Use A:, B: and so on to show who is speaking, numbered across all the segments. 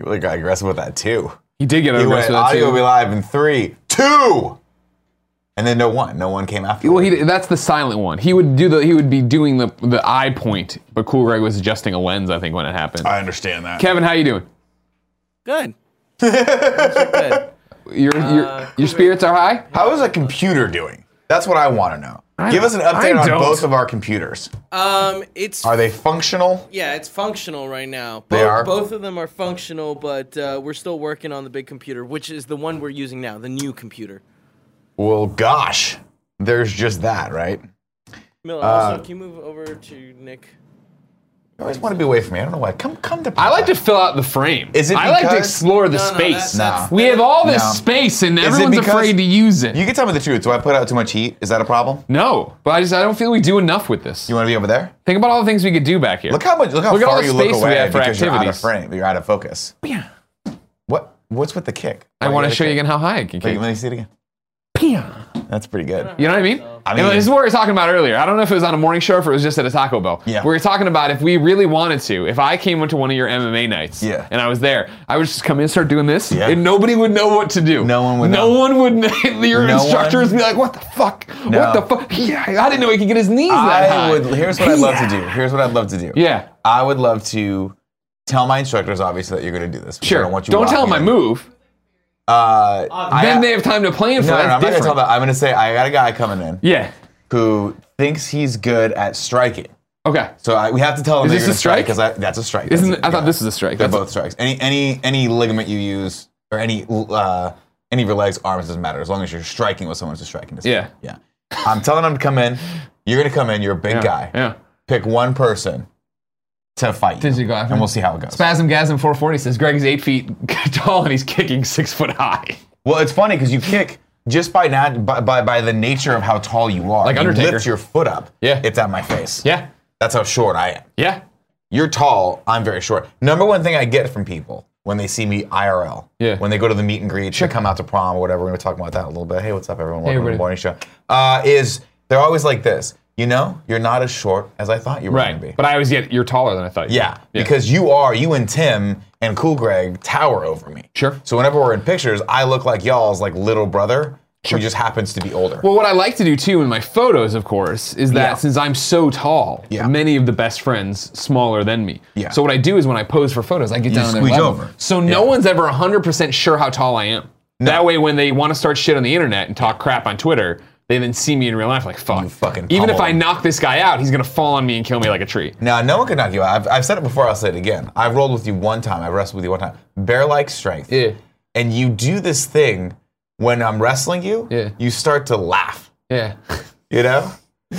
A: really got aggressive with that too.
B: He did get
A: He went,
B: aggressive with that
A: audio
B: too.
A: will be live in three, two, and then no one. No one came after.
B: well, he that's the silent one. He would do the he would be doing the the eye point, but Cool Greg was adjusting a lens. I think when it happened.
C: I understand that.
B: Kevin, how you doing?
D: Good. Those are good.
B: Your
D: Uh,
B: your, your spirits are high.
A: How is a computer doing? That's what I want to know. Give us an update
B: I
A: on
B: don't.
A: both of our computers.
D: Um, it's
A: Are they functional?
D: yeah, it's functional right now. Both,
A: They are?
D: Both of them are functional, but uh, we're still working on the big computer, which is the one we're using now, the new computer.
A: Well, gosh, there's just that, right?
D: Miller,
B: Uh,
D: also, can you move over to Nick?
A: I always want to be away from me. I don't know why. Come, come to.
B: I like to fill out the frame.
A: Is it
B: I like to
A: because-
B: explore the
D: No, no,
B: space.
D: that- that's-
B: We have all this
A: No.
B: space, and
A: it
B: everyone's
A: because-
B: afraid to use it.
A: You can tell me the truth. Do I put out too much heat? Is that a problem?
B: no, but I just I don't feel we do enough with this.
A: You want to be over there?
B: Think about all the things we could do back here.
A: Look how much. Look how
B: Look at all
A: far
B: the
A: you
B: space
A: look
B: we
A: away
B: have for
A: because you're out of
B: activities.
A: frame. You're out of focus.
B: Yeah.
A: What? What's with the kick?
B: I want to show you again how high it can
A: Wait,
B: get.
A: let me see it again. That's pretty good.
B: You know what I mean?
A: I
B: And
A: mean-
B: this is what we were talking about earlier. I don't know if it was on a morning show or if it was just at a Taco Bell.
A: Yeah.
B: We were talking about if we really wanted to, if I came into one of your MMA nights
A: Yeah.
B: and I was there, I would just come in and start doing this
A: Yeah.
B: and nobody would know what to do.
A: No one would
B: No
A: know.
B: one would know. Your
A: No
B: instructors
A: one-
B: would be like, what the fuck?
A: No.
B: What the fuck? Yeah, I didn't know he could get his knees that high.
A: I would. Here's what I'd love to do. Here's what I'd love to do.
B: Yeah.
A: I would love to tell my instructors, obviously, that you're going to do this. because I
B: Sure.
A: don't, want you
B: tell them
A: walking
B: I
A: in.
B: move.
A: Uh, I-
B: then they have time to plan for
A: No, no,
B: it.
A: no, I'm not going to tell them. I'm going to say I got a guy coming in
B: Yeah.
A: who thinks he's good at striking.
B: Okay.
A: So I, we have to tell him.
B: Is
A: that
B: this
A: you're
B: a
A: gonna strike
B: strike?
A: Because that's a strike.
B: Isn't
A: That's
B: I thought this was a strike.
A: They're
B: That's-
A: both strikes. Any any any ligament you use or any uh, any of your legs, arms doesn't matter as long as you're striking with someone who's striking. It's-
B: Yeah.
A: yeah. I'm telling him to come in. You're gonna come in. You're a big
B: yeah,
A: guy.
B: Yeah.
A: Pick one person to fight, you,
B: Did you go after
A: and
B: him?
A: we'll see how it goes.
B: Spasm Gasm 440 says Greg is eight feet tall and he's kicking six foot high.
A: Well, it's funny because you kick just by not by, by by the nature of how tall you are.
B: Like
A: You
B: Undertaker.
A: lift your foot up.
B: Yeah.
A: It's at my face.
B: Yeah.
A: That's how short I am.
B: Yeah.
A: you're tall, I'm very short. Number one thing I get from people when they see me IRL,
B: Yeah.
A: when they go to the meet and greet, sure. come out to prom or whatever, we're gonna talk about that in a little bit. Hey, what's up, everyone? Welcome to the
B: everybody.
A: morning show. Uh, is they're always like this. You know, you're not as short as I thought you were gonna be.
B: Right. But I always get you're taller than I thought. you
A: yeah,
B: were.
A: because you are, you and Tim and Cool Greg tower over me.
B: Sure.
A: So whenever we're in pictures, I look like y'all's like little brother who just happens to be older.
B: Well, what I like to do too in my photos, of course, is that
A: Yeah.
B: since I'm so tall,
A: Yeah.
B: many of the best friends smaller than me.
A: Yeah.
B: So what I do is when I pose for photos, I get down to their
A: squeeze
B: level.
A: over.
B: So no
A: Yeah.
B: one's ever 100% sure how tall I am. That way, when they want to start shit on the internet and talk crap on Twitter, they then see me in real life like fuck.
A: fucking
B: Even if
A: pummel
B: I
A: them.
B: knock this guy out, he's gonna fall on me and kill me like a tree.
A: Now, no one can knock you out. I've, I've said it before, I'll say it again. I've rolled with you one time, I've wrestled with you one time. Bear like strength.
B: Yeah.
A: And you do this thing when I'm wrestling you,
B: Yeah.
A: you start to laugh,
B: Yeah.
A: you know?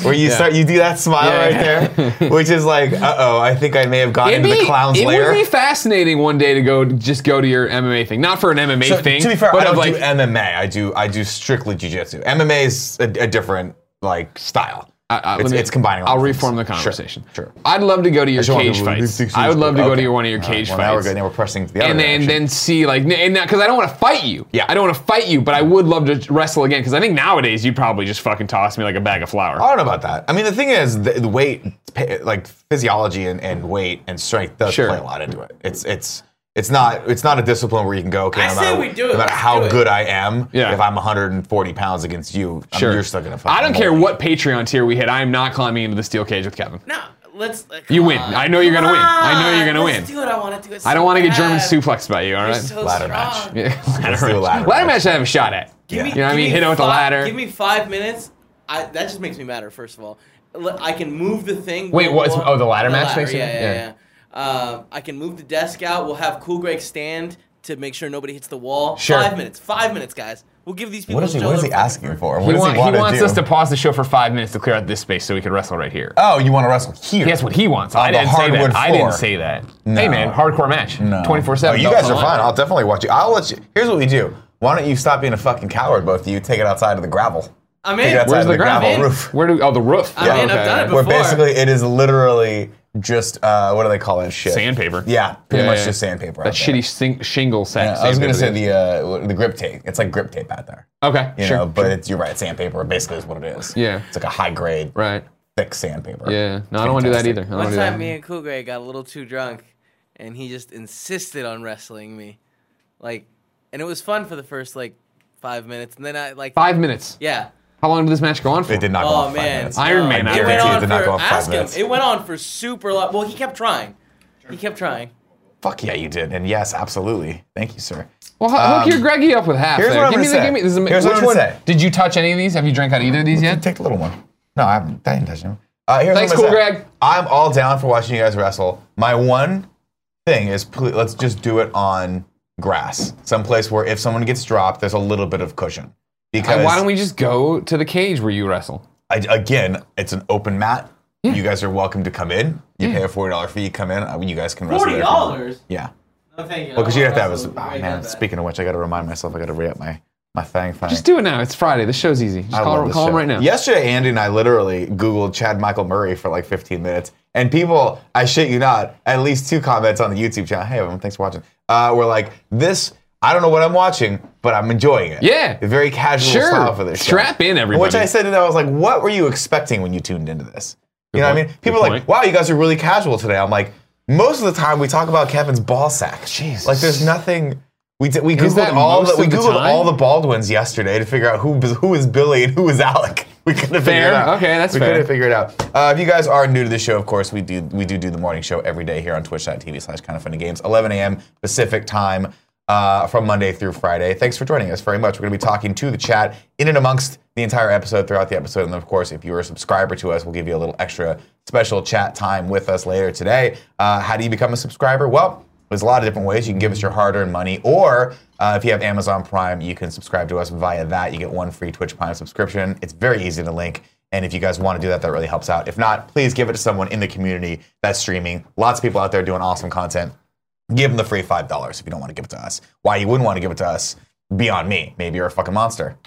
A: Where you start, you do that smile
B: Yeah,
A: right there, which is like, uh oh, I think I may have gone into the clown's
B: it
A: lair.
B: would be fascinating one day to go just go to your MMA thing. Not for an MMA
A: So,
B: thing.
A: to be fair,
B: but
A: I don't
B: of like,
A: do MMA. I do I do strictly jujitsu. MMA is a, a different like style.
B: I- I- let
A: it's,
B: me-
A: it's combining. all
B: I'll
A: the things.
B: reform the
A: Sure,
B: conversation.
A: Sure.
B: I'd love to go to your
A: just wanted
B: cage
A: to-
B: fights.
A: six
B: I would
A: years
B: love to
A: ago.
B: go to
A: Okay.
B: your, one of your
A: All right,
B: cage
A: well, Now we're
B: fights.
A: good. Now we're pressing to the other
B: and then,
A: direction.
B: then see like and because I don't want to fight you.
A: Yeah.
B: I don't want to fight you, but I would love to wrestle again because I think nowadays you'd probably just fucking toss me like a bag of flour.
A: I don't know about that. I mean, the thing is, the, the weight, pa- like physiology and, and weight and strength, does
B: Sure.
A: play a lot into it. It's it's it's not it's not a discipline where you can go. Okay,
D: I
A: no
D: say
A: matter,
D: we do it.
A: no matter
D: Let's
A: how
D: do it.
A: good I am,
B: Yeah.
A: if I'm 140 pounds against you, I'm-
B: Sure.
A: you're still gonna. Fucking
B: I don't care
A: mold.
B: what Patreon tier we hit. I am not climbing into the steel cage with Kevin.
D: No, let's. uh,
B: You
D: come
B: win.
D: on.
B: I know you're gonna
D: Come
B: win. I know
D: on,
B: you're gonna
D: let's
B: win.
D: do it. I want to do it.
B: I don't
D: so
B: want to get German
D: bad.
B: suplexed by you. All
D: You're
B: right.
D: so
A: Ladder match.
D: strong.
B: Yeah,
A: Let's do a ladder
B: Ladder
A: match.
B: match I have a shot at.
D: Give me,
A: You
B: know what I
D: give
B: mean?
D: me
B: Hit it with a
D: fi-
B: ladder.
D: Give me five minutes. I, that just makes me madder. First of all, L- I can move the thing.
B: Wait,
D: We'll-
B: what's-
D: we'll-
B: oh, the ladder match makes you-
D: Yeah, yeah,
B: yeah.
D: yeah. Uh, I can move the desk out. We'll have Cool Greg stand to make sure nobody hits the wall.
A: Sure.
D: Five minutes. Five minutes, guys. We'll give these people.
A: What is he?
D: each
A: What is
D: other
A: he
D: fucking
A: asking
D: first.
A: for? What
B: He,
A: does
B: want-
A: he want
B: he wants
A: to do?
B: us to pause the show for five minutes to clear out this space so we could wrestle right here.
A: Oh, you want to wrestle here?
B: That's what he wants. I
A: the
B: didn't say
A: hardwood
B: that. I didn't
A: floor.
B: say that. Hey man, hardcore match.
A: No.
B: Twenty four seven.
A: Oh, you guys are fine. I'll definitely watch you. I'll let you. Here's what we do. Why don't you stop being a fucking coward, both of you? Take it outside of the gravel.
D: I'm
A: Take
D: in.
A: it outside
B: Where's
A: of
B: the,
A: the gravel
B: gravel
A: roof.
B: Where do? Oh, the roof.
D: I'm in. I've done it
A: Where
D: before.
A: basically it is literally just uh, what do they call that shit?
B: Sandpaper.
A: Yeah, pretty
B: Yeah,
A: much
B: yeah.
A: just sandpaper.
B: That
A: out there.
B: shitty sing- shingle set.
A: Yeah, I was gonna say the uh, the grip tape. It's like grip tape out there.
B: Okay.
A: You
B: Oh, sure.
A: know, but it's, you're right. Sandpaper basically is what it is.
B: Yeah.
A: It's like a high grade,
B: right.
A: thick sandpaper.
B: Yeah. No, I don't want to do that
A: Fantastic.
B: either. I don't
D: One
B: want to do
D: time,
B: that.
D: me and Cool Greg got a little too drunk, and he just insisted on wrestling me, like, and it was fun for the first like five minutes, and then I like
B: Five minutes.
D: yeah.
B: How long did this match go on for?
A: It did not go
D: Oh
A: off five
D: man,
A: minutes.
B: Iron Man, I
D: It went
B: guarantee it
D: on
A: did not
D: for,
A: go off five
D: ask him.
A: minutes.
D: It went on for super long. Well, he kept trying. He kept trying.
A: Fuck yeah, you did. And yes, absolutely. Thank you, sir.
B: Well, ho- hook
A: Um,
B: your Greggy up with half.
A: here's
B: there.
A: what I'm
B: give me
A: gonna
B: the,
A: say.
B: give me, this is a,
A: Here's what
B: which
A: I'm
B: one?
A: gonna say.
B: Did you touch any of these? Have you drank out of either of these yet?
A: Take the little one. No, I haven't. I didn't touch him. Uh, here's
B: Thanks,
A: what I'm gonna
B: Cool
A: say.
B: Greg.
A: I'm all down for watching you guys wrestle. My one thing is, please, let's just do it on grass, someplace where if someone gets dropped, there's a little bit of cushion. Because
B: And why don't we just go to the cage where you wrestle?
A: I, again, it's an open mat. You guys are welcome to come in. You pay a forty dollar fee. You come in. uh, You guys can wrestle. there if you want. Yeah.
D: No, thank you.
A: Well, because you have to have. A, oh, man, speaking of which, I got to remind myself. I got to re up my my thing. thing.
B: Just do it now. It's Friday. The show's easy. Just
A: I love
B: call,
A: this
B: call him
A: show.
B: right now.
A: Yesterday, Andy and I literally Googled Chad Michael Murray for like 15 minutes, and people, I shit you not, at least two comments on the YouTube channel. Hey, everyone, thanks for watching. Uh, were like, this, I don't know what I'm watching, but I'm enjoying it.
B: Yeah.
A: The very casual
B: Sure.
A: style for this. show.
B: Strap in, everybody.
A: Which I said to them, I was like, what were you expecting when you tuned into this? You know what I
B: point.
A: mean? People
B: Good
A: are like,
B: point.
A: wow, you guys are really casual today. I'm like, most of the time we talk about Kevin's ball sack.
B: Jesus.
A: Like, there's nothing. We, did, we
B: Is
A: googled
B: that
A: all
B: most
A: the, we
B: of the
A: googled
B: time?
A: all the Baldwins yesterday to figure out who who is Billy and who is Alec. We couldn't figure
B: Fair.
A: it out.
B: Okay, that's
A: we
B: fair.
A: couldn't figure it out. Uh, if you guys are new to the show, of course, we do we do do the morning show every day here on twitch.tv slash kind of funny games, 11 a.m. Pacific time uh, from Monday through Friday. Thanks for joining us very much. We're going to be talking to the chat in and amongst the entire episode, throughout the episode. And then, of course, if you're a subscriber to us, we'll give you a little extra special chat time with us later today. Uh, how do you become a subscriber? Well, there's a lot of different ways you can give us your hard-earned money, or uh, if you have Amazon Prime, you can subscribe to us via that. You get one free Twitch Prime subscription. It's very easy to link, and if you guys want to do that, that really helps out. If not, please give it to someone in the community that's streaming. Lots of people out there doing awesome content. Give them the free five dollars if you don't want to give it to us. Why you wouldn't want to give it to us? Beyond me, maybe you're a fucking monster.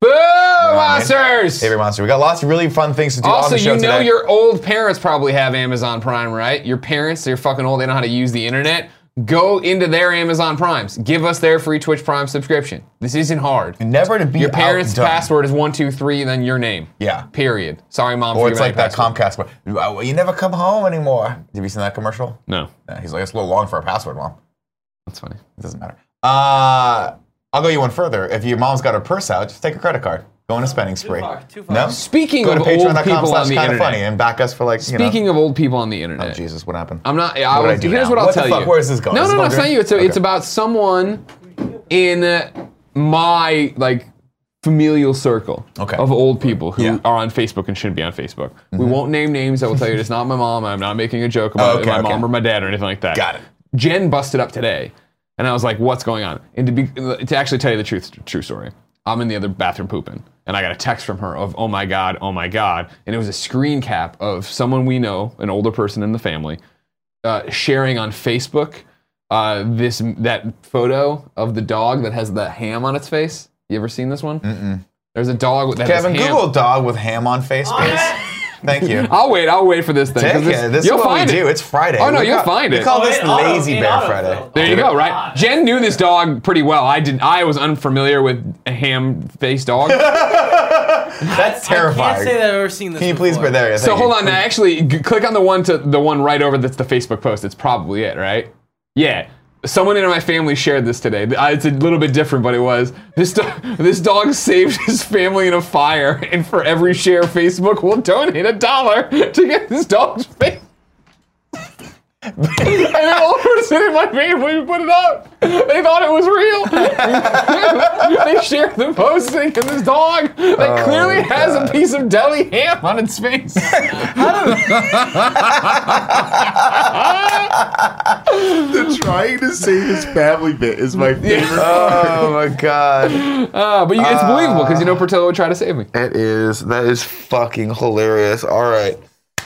B: Boo,
A: I mean?
B: monsters!
A: Favorite monster. We got lots of really fun things to do on
B: Also,
A: the show
B: you know
A: today.
B: your old parents probably have Amazon Prime, right? Your parents, they're fucking old, they know how to use the internet. Go into their Amazon Primes. Give us their free Twitch Prime subscription. This isn't hard.
A: Never to be
B: Your parents'
A: outdone.
B: password is one, two, three, then your name.
A: Yeah.
B: Period. Sorry, mom.
A: Or
B: for
A: it's
B: your
A: like that
B: password.
A: Comcast. one. Well, You never come home anymore. Have you seen that commercial?
B: No,
A: Yeah, he's like, it's a little long for a password, mom.
B: that's funny.
A: It doesn't matter. Uh, I'll go you one further. If your mom's got her purse out, just take a credit card. Go on a spending spree.
D: far, too far.
A: No?
B: Speaking
A: go to
B: of old
A: patreon.com
B: people on
A: slash
B: the
A: kind of
B: internet.
A: funny and back us for like, you
B: Speaking
A: know.
B: of old people on the internet,
A: Jesus, what happened?
B: I'm not. I
A: did I
B: was,
A: do
B: here's
A: now?
B: what I'll
A: What the
B: tell you.
A: fuck? Where is this going?
B: No,
A: Is this
B: no, no.
A: going
B: It's not
A: good?
B: you. It's, a, it's
A: Okay.
B: about someone in my like familial circle
A: Okay.
B: of old people who
A: Yeah.
B: are on Facebook and shouldn't be on Facebook. We won't name names. I will tell you, it's not my mom. I'm not making a joke about
A: Oh, okay,
B: it, my
A: okay.
B: mom or my dad or anything like that.
A: Got it.
B: Jen busted up today, and I was like, "What's going on?" And to be to actually tell you the truth, true story, I'm in the other bathroom pooping, and I got a text from her of, "Oh my god, oh my god," and it was a screen cap of someone we know, an older person in the family, uh, sharing on Facebook uh, this that photo of the dog that has the ham on its face. You ever seen this one? Mm-mm. There's a dog with that has
A: Kevin,
B: ham.
A: Google dog with ham on face, please. Thank you.
B: I'll wait. I'll wait for this thing. 'cause
A: Take it. This is
B: you'll
A: what
B: find
A: we
B: it.
A: do. It's Friday.
B: Oh, no,
A: We
B: you'll
A: call-
B: find
A: We
B: it.
A: call
C: Oh,
A: this
C: it auto-
A: Lazy
C: it
A: Bear
C: auto
A: Friday.
C: filled.
B: oh, There you
A: Yeah.
B: go, right? Jen knew this dog pretty well. I did. I was unfamiliar with a ham-faced dog.
A: That's
D: I can't
A: terrifying.
D: say that I've ever seen this.
A: Can you please
D: before.
A: put there?
B: so hold on. Now, actually, g- click on the one to the one right over. That's the Facebook post. It's probably it, right? Yeah. Someone in my family shared this today. Th- uh, It's a little bit different, but it was this. Do- this dog saved his family in a fire, and for every share, Facebook will donate a dollar to get this dog's face. and an old person in my family put it up. They thought it was real. they shared the posting, and this dog that clearly has a piece of deli ham on its face.
E: Trying to save his family bit is my favorite. Ah.
A: Oh my god.
B: Uh, Ah, but you, it's believable because you know Portillo would try to save me.
A: That is that is fucking hilarious. All right.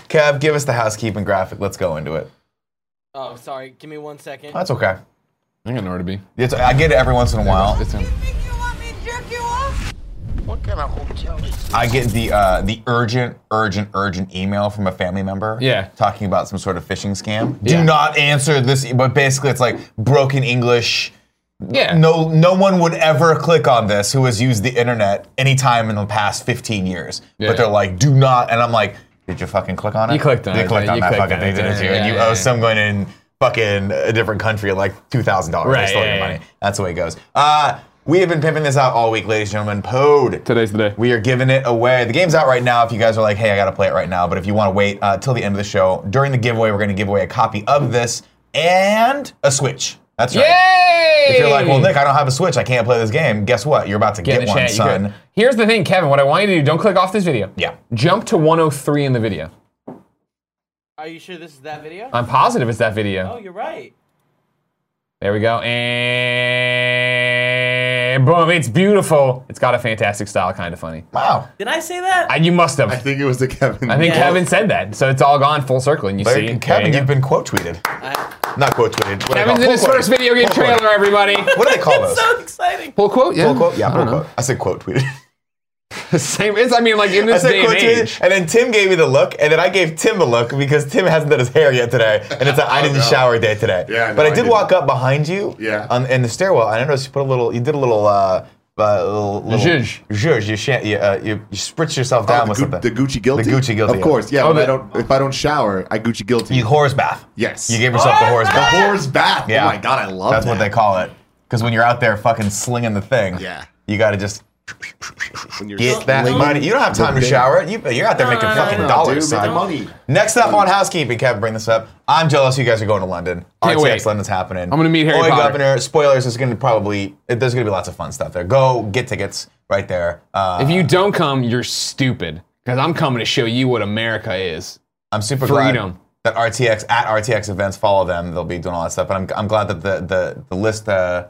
A: Kev, give us the housekeeping graphic. Let's go into it.
D: Oh, sorry. Give me one second.
A: That's okay.
B: I got nowhere to be.
A: It's, I get it every once in a while.
B: It's him.
F: think you want me to jerk you off?
A: I get the uh, the urgent, urgent, urgent email from a family member.
B: Yeah.
A: Talking about some sort of phishing scam.
B: Yeah.
A: Do not answer this. e- But basically, it's like broken English.
B: Yeah.
A: No, no one would ever click on this who has used the internet any time in the past 15 years.
B: Yeah.
A: But they're like, do not. And I'm like, did you fucking click on it?
B: You clicked on
A: they
B: it,
A: clicked
B: yeah,
A: on
B: you
A: that
B: clicked
A: fucking
B: on it,
A: thing, didn't
B: yeah,
A: you?
B: yeah,
A: and you
B: yeah,
A: owe
B: yeah.
A: someone in fucking a different country like two thousand dollars.
B: Right,
A: stole
B: yeah,
A: your
B: yeah.
A: money. That's the way it goes. Uh, we have been pimping this out all week, ladies and gentlemen. Pode.
B: Today's the day.
A: We are giving it away. The game's out right now. If you guys are like, hey, I gotta play it right now, but if you want to wait uh, till the end of the show, during the giveaway, we're gonna give away a copy of this and a Switch. That's right.
B: Yay!
A: If you're like, well, Nick, I don't have a Switch, I can't play this game. Guess what? You're about to
B: Get
A: get,
B: in the
A: one,
B: chat, you
A: son.
B: could. Here's the thing, Kevin. What I want you to do, don't click off this video.
A: Yeah.
B: Jump to 103 in the video.
D: Are you sure this is that video?
B: I'm positive it's that video.
D: Oh, you're right.
B: There we go. And boom, it's beautiful. It's got a fantastic style, kind of funny.
A: Wow.
D: Did I say that?
B: I, you must have.
E: I think it was the Kevin.
B: I think
D: Yeah.
B: Kevin said that, so it's all gone full circle, and you
A: There-
B: see, there
A: Kevin,
B: you
A: you've
B: go.
A: been quote tweeted.
D: I-
A: Not quote tweeted. What do they call-
B: Kevin's in
A: full
B: his
A: quoted.
B: first video game
A: Full quoted.
B: trailer, everybody.
A: What do they call those?
D: it's so exciting.
B: Full quote, yeah,
A: Full quote? Yeah,
B: I
A: full
B: don't
A: quote. I said quote tweeted.
B: know. Same. It's, I mean, like in
A: I
B: this
A: said
B: day and
A: quote tweeted.
B: age.
A: And then Tim gave me the look, and then I gave Tim the look because Tim hasn't done his hair yet today, and it's a I didn't
E: Oh, no.
A: shower day today.
E: Yeah, no,
A: but I
E: I
A: did
E: didn't.
A: walk up behind you.
E: Yeah.
A: On, in the stairwell, I noticed you put a little. You did a little. Uh, uh, little, little
B: Zhuzh.
A: Zhuzh, You, shan- you, uh, you, you spritz yourself
E: Oh,
A: down
E: the,
A: with
E: Gu-
A: something.
E: the Gucci guilty.
A: The Gucci guilty.
E: Of course, yeah.
B: Oh,
E: when
B: the-
E: I don't, if I don't shower, I Gucci guilty.
A: You whores bath.
E: Yes.
A: You gave yourself the
D: Whores
A: whores
E: the
A: bath.
E: whore's bath.
A: Yeah.
E: Oh my god, I love
A: That's
E: that.
A: what they call it. Because when you're out there fucking slinging the thing,
E: Yeah.
A: you got to just
E: When you're
A: get that
E: slinging
A: money. You don't have time to
E: the thing.
A: shower. You, you're out there making
D: no, no,
A: fucking
E: no,
A: dollars,
E: dude, make
A: son.
E: the money.
A: Next up on housekeeping, Kev, bring this up. I'm jealous you guys are going to London.
B: Can't
A: RTX
B: wait.
A: London's happening. I'm
B: gonna meet Harry Potter.
A: Governor, spoilers, it's going to probably, it- there's going to be lots of fun stuff there. Go get tickets right there. Uh,
B: If you don't come, you're stupid. Because I'm coming to show you what America is.
A: I'm super
B: Freedom.
A: glad that RTX at RTX events follow them. They'll be doing all that stuff. But I'm, I'm glad that the the, the list uh,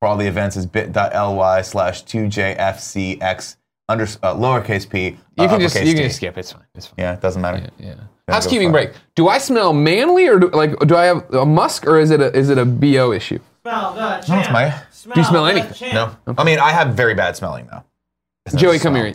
A: for all the events is bit.ly slash 2JFCX under, uh, lowercase p. uh,
B: You can just
A: uppercase
B: you
A: t.
B: can just skip. It's fine. It's fine.
A: Yeah, it doesn't matter.
B: Yeah.
A: go
B: Housekeeping
A: for
B: break. Do I smell manly or do, like do I have a musk or is it a is it a bo issue?
D: Smell the champ.
A: it's my-
D: smell
B: Do you smell
D: the
B: anything?
D: champ.
A: No. I mean, I have very bad smelling, though. It's no
B: Joey,
A: smell.
B: come here.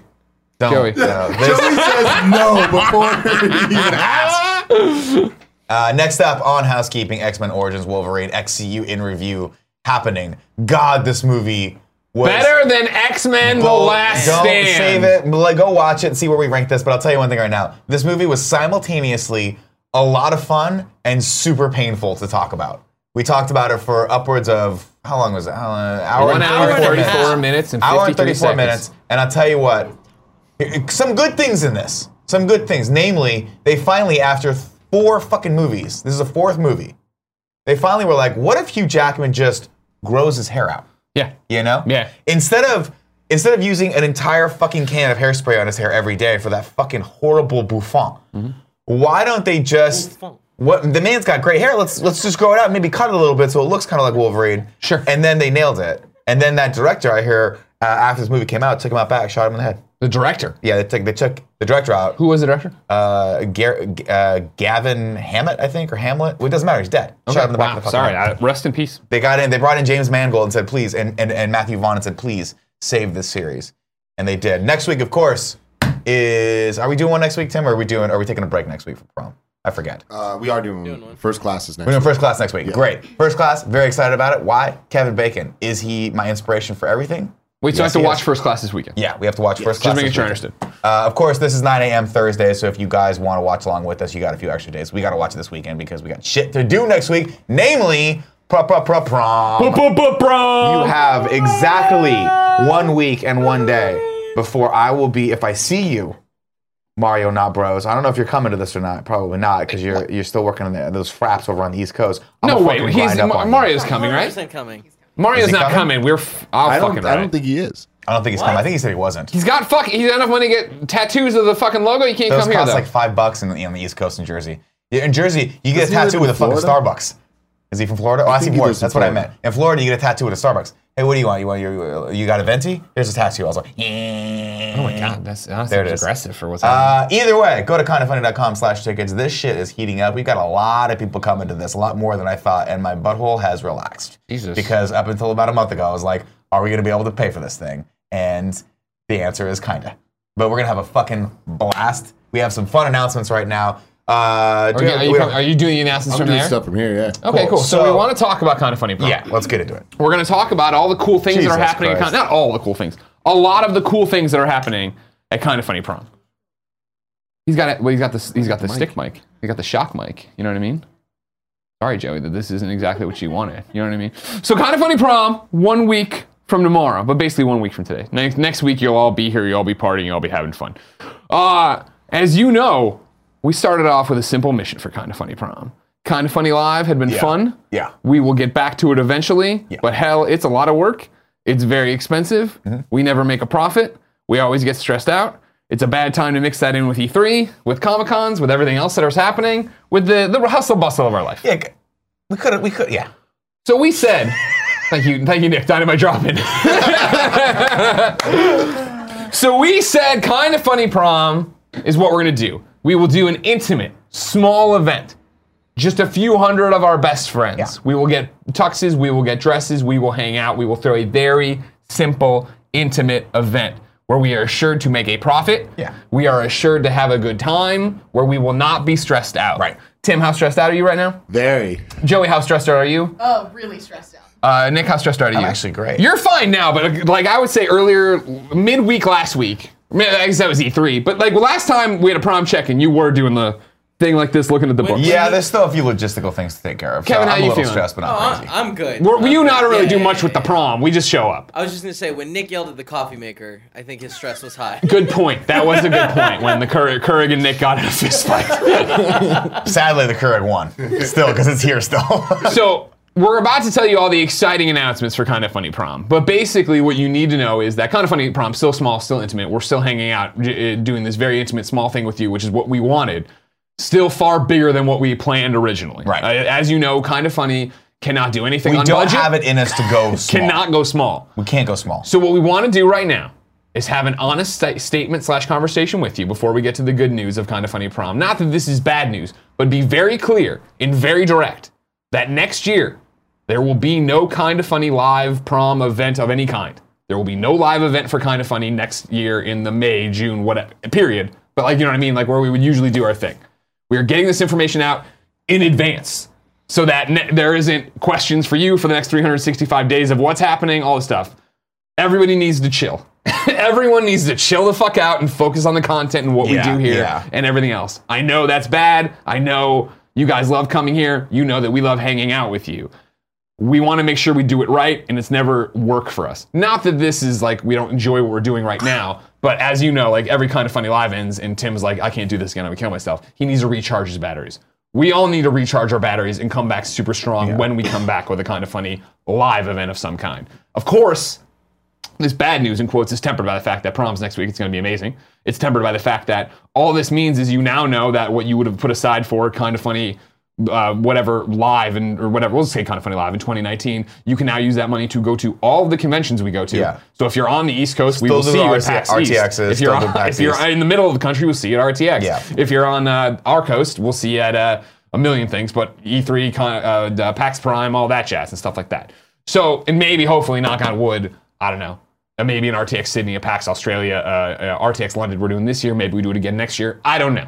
A: Don't.
B: Joey.
A: No, this-
E: Joey says no before he even asks.
A: Uh, next up on housekeeping, X Men Origins Wolverine XCU in review happening. God, this movie was
B: Better than X Men: The
A: Well,
B: Last
A: don't
B: Stand.
A: save it. Like, Go watch it and see where we rank this. But I'll tell you one thing right now: this movie was simultaneously a lot of fun and super painful to talk about. We talked about it for upwards of how long was it? How, uh, hour
B: One
A: and
B: hour and
A: 34 minutes.
B: 34 minutes and
A: hour and
B: 53
A: 34
B: seconds.
A: minutes. And I'll tell you what, some good things in this. Some good things. Namely, they finally, after four fucking movies, this is the fourth movie, they finally were like, what if Hugh Jackman just grows his hair out?
B: Yeah.
A: You know?
B: Yeah.
A: Instead of instead of using an entire fucking can of hairspray on his hair every day for that fucking horrible bouffant, why don't they just
D: Bouffant.
A: what the man's got gray hair? Let's let's just grow it out, maybe cut it a little bit so it looks kind of like Wolverine.
B: Sure.
A: And then they nailed it. And then that director, I hear, uh, after this movie came out, took him out back, shot him in the head.
B: The director.
A: Yeah, they took they took the director out.
B: Who was the director?
A: Uh, Gar- uh, Gavin Hammett, I think, or Hamlet. Well, it doesn't matter. He's dead. Shot him in the back
B: wow.
A: of the fucking
B: sorry.
A: head
B: I, rest in peace.
A: they got in, they brought in James Mangold and said, please, and, and, and Matthew Vaughn and said, please save this series. And they did. Next week, of course, is are we doing one next week, Tim? Or are we doing are we taking a break next week for prom? I forget.
E: Uh, we are doing, first classes next.
A: We're doing
E: week.
A: first class next week. Great. First class, very excited about it. Why? Kevin Bacon. Is he my inspiration for everything?
B: Wait, so I
A: Yes,
B: have to
A: he
B: watch
A: is.
B: First Class this weekend.
A: Yeah, we have to watch first class.
B: Just making
A: this
B: sure I
A: weekend.
B: understood.
A: Uh, of course, this is 9 a.m. Thursday, so if you guys want to watch along with us, you got a few extra days. We got to watch it this weekend because we got shit to do next week, namely, pra pra pra prom.
E: Oh,
A: You have exactly one week and one day before I will be, if I see you, Mario, not bros. I don't know if you're coming to this or not. Probably not, because you're you're still working on the, those fraps over on the East Coast. I'm
B: No,
A: gonna
B: wait.
A: fucking
B: He's,
A: grind up
B: Ma-
A: on you.
B: Mario's coming, right?
D: 100% coming.
B: Mario's
A: he
B: not
A: coming?
B: coming. We're. F- I'll
E: I
B: fucking.
E: don't. I
B: ride.
E: don't think he is.
A: I don't think he's coming. I think he's said he wasn't.
B: He's got fuck. He's got enough money to get tattoos of the fucking logo. You can't
A: Those
B: come
A: cost
B: here though.
A: like five bucks in the, on the East Coast in Jersey. Yeah, in Jersey, you get
E: Doesn't
A: a
E: he live
A: tattoo
E: in
A: with a fucking
E: Florida?
A: Starbucks. Is he from Florida? Oh, I, see
E: think he
A: worse.
E: lives in
A: That's what I
E: Florida.
A: meant. In Florida, you get a tattoo with a Starbucks. Hey, what do you want? You want your, you got a venti? Here's a tattoo. I was like, yeah.
B: oh my god, that's honestly
A: There it is.
B: aggressive for what's happening.
A: Uh, either way, go to kindoffunny.com slash tickets. This shit is heating up. We've got a lot of people coming to this, a lot more than I thought, and my butthole has relaxed.
B: Jesus.
A: Because up until about a month ago, I was like, are we going to be able to pay for this thing? And the answer is kinda. But we're going to have a fucking blast. We have some fun announcements right now. Uh, do
B: Are
A: we
B: you,
A: have-
B: are, you,
A: we
B: com-
A: don't-
B: are you doing the announcements
E: I'm
B: from
E: doing
B: there?
E: stuff from here. Yeah.
B: Okay,
A: Cool.
B: cool. So,
A: So-
B: we want to talk about kind of funny. Prom.
A: yeah, let's get into it.
B: We're going to talk about all the cool things that
A: Jesus
B: are happening. At
A: Christ.
B: Con- not all the cool things. A lot of the cool things that are happening at kind of funny prom. He's got it. Well, he's got the he's got the stick mic. He got the shock mic. You know what I mean? sorry, Joey, that this isn't exactly what you wanted. You know what I mean? So, kind of funny prom, one week from tomorrow, but basically one week from today. Next, next week, you'll all be here, you'll all be partying, you'll all be having fun. Uh, as you know, we started off with a simple mission for Kind of Funny Prom. Kind of Funny Live had been fun.
A: Yeah.
B: We will get back to it eventually, but hell, it's a lot of work. It's very expensive. We never make a profit. We always get stressed out. It's a bad time to mix that in with E3, with Comic Cons, with everything else that is happening, with the, the hustle bustle of our life.
A: Yeah, we could. We could. Yeah.
B: So we said, thank you, thank you, Nick. Dynamite drop in. so we said, kind of funny prom is what we're gonna do. We will do an intimate, small event. Just a few hundred of our best friends. We will get tuxes, we will get dresses, we will hang out, we will throw a very simple, intimate event where we are assured to make a profit.
A: Yeah.
B: We are assured to have a good time, where we will not be stressed out.
A: Right.
B: Tim, how stressed out are you right now?
E: Very.
B: Joey, how stressed out are you?
C: Oh, really stressed out.
B: Uh, Nick, how stressed out are you?
A: actually great.
B: You're fine now, but uh, like I would say earlier, midweek last week, I mean, I guess that was E3, but like last time we had a prom check and you were doing the thing like this, looking at the books.
A: Yeah, there's still a few logistical things to take care of. so
B: Kevin, how
A: I'm a
B: you
A: little
B: feeling?
A: stressed, but
D: Oh,
A: not
D: I'm,
A: crazy.
D: I'm good.
B: We're,
D: I'm
B: we do
D: good.
B: not really
D: Yeah,
B: do
D: yeah,
B: much with the
D: yeah.
B: prom. We just show up.
D: I was just gonna say when Nick yelled at the coffee maker, I think his stress was high.
B: Good point. That was a good point when the Currig, Currig and Nick got in a fist fight.
A: Sadly, the Keurig won still because it's here still.
B: so we're about to tell you all the exciting announcements for Kind of Funny Prom. But basically, what you need to know is that Kind of Funny Prom still small, still intimate. We're still hanging out, j- uh, doing this very intimate, small thing with you, which is what we wanted. Still far bigger than what we planned originally.
A: Right.
B: Uh, as you know, Kind of Funny cannot do anything
A: we
B: on
A: don't
B: budget.
A: have it in us to go small.
B: Cannot go small.
A: We can't go small.
B: So what we want to do right now is have an honest sta- statement slash conversation with you before we get to the good news of kind of funny prom. Not that this is bad news, but be very clear and very direct that next year there will be no kind of funny live prom event of any kind. There will be no live event for kind of funny next year in the May June whatever period. But like you know what I mean, like where we would usually do our thing. We are getting this information out in advance so that ne- there isn't questions for you for the next 365 days of what's happening, all this stuff everybody needs to chill. Everyone needs to chill the fuck out and focus on the content and what
A: Yeah,
B: we do here
A: yeah.
B: and everything else. I know that's bad. I know you guys love coming here. You know that we love hanging out with you. We want to make sure we do it right and it's never work for us. Not that this is like we don't enjoy what we're doing right now, but as you know, like every kind of funny live ends and Tim's like, I can't do this again. I'm going to kill myself. He needs to recharge his batteries. We all need to recharge our batteries and come back super strong when we come back with a kind of funny live event of some kind. Of course, this bad news in quotes is tempered by the fact that prom's next week it's going to be amazing it's tempered by the fact that all this means is you now know that what you would have put aside for kind of funny uh, whatever live and or whatever we'll just say kind of funny live in 2019 you can now use that money to go to all of the conventions we go to
A: Yeah.
B: so if you're on the east coast we
A: Still
B: will
A: do
B: see
A: the
B: you at
A: RT-
B: PAX East.
A: RTXs,
B: if you're,
A: still do
B: on-
A: PAX
B: if you're
A: East.
B: in the middle of the country we'll see you at RTX
A: Yeah.
B: if you're on uh, our coast we'll see you at uh, a million things but E3 con- uh, uh, PAX Prime all that jazz and stuff like that so, and maybe, hopefully, knock on wood, I don't know, uh, maybe in RTX Sydney, a PAX Australia, uh, uh, RTX London, we're doing this year. Maybe we do it again next year. I don't know.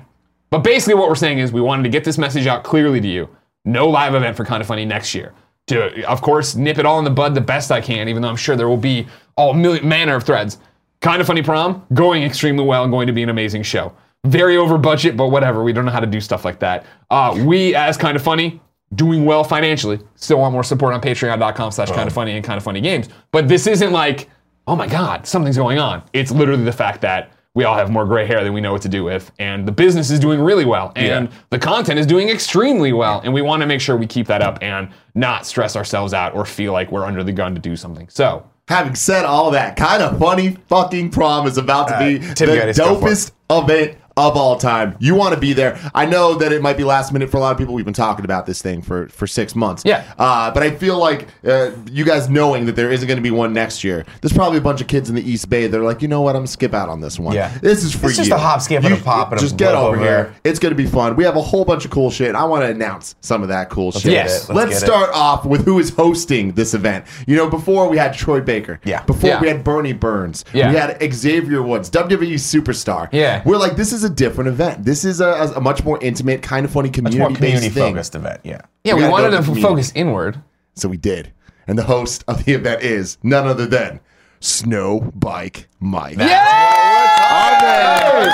B: But basically, what we're saying is we wanted to get this message out clearly to you. No live event for Kind of Funny next year. To, of course, nip it all in the bud the best I can, even though I'm sure there will be all million manner of threads. Kind of Funny Prom, going extremely well and going to be an amazing show. Very over budget, but whatever. We don't know how to do stuff like that. Uh, we, as Kind of Funny, doing well financially. Still want more support on patreon.com slash kind of funny and kind of funny games. But this isn't like, oh my God, something's going on. It's literally the fact that we all have more gray hair than we know what to do with. And the business is doing really well. And the content is doing extremely well. And we want to make sure we keep that up and not stress ourselves out or feel like we're under the gun to do something. So
E: Having said all that, kind of funny fucking prom is about to be
A: Alright, Tim, you
E: the
A: gotta go for it.
E: dopest event of all time. You want to be there. I know that it might be last minute for a lot of people. We've been talking about this thing for for six months.
B: Yeah.
E: Uh, but I feel like uh, you guys knowing that there isn't going to be one next year. There's probably a bunch of kids in the East Bay. They're like, you know what? I'm gonna skip out on this one.
A: Yeah.
E: This is for
A: It's
E: you.
A: just a hop, skip, and a pop, and a
E: just get
A: blip
E: over
A: over
E: here.
A: there.
E: It's gonna be fun. We have a whole bunch of cool shit. I want to announce some of that cool shit.
A: get
B: Yes.
A: it.
E: Let's,
A: get it.
E: start off with who is hosting this event. You know, before we had Troy Baker.
A: Yeah.
E: Before
B: Yeah.
E: we had Bernie Burns.
B: Yeah.
E: We had Xavier Woods, WWE superstar.
B: Yeah.
E: We're like, this is a different event. This is a, a much more intimate, kind of funny
A: It's more
E: community
A: community
E: based thing.
A: focused event. Yeah.
B: yeah,
E: We
B: we,
E: gotta
B: wanted to
E: build the
B: f-
E: community.
B: focus inward.
E: So we did. And the host of the event is none other than Snow Bike Mike.
B: Yeah!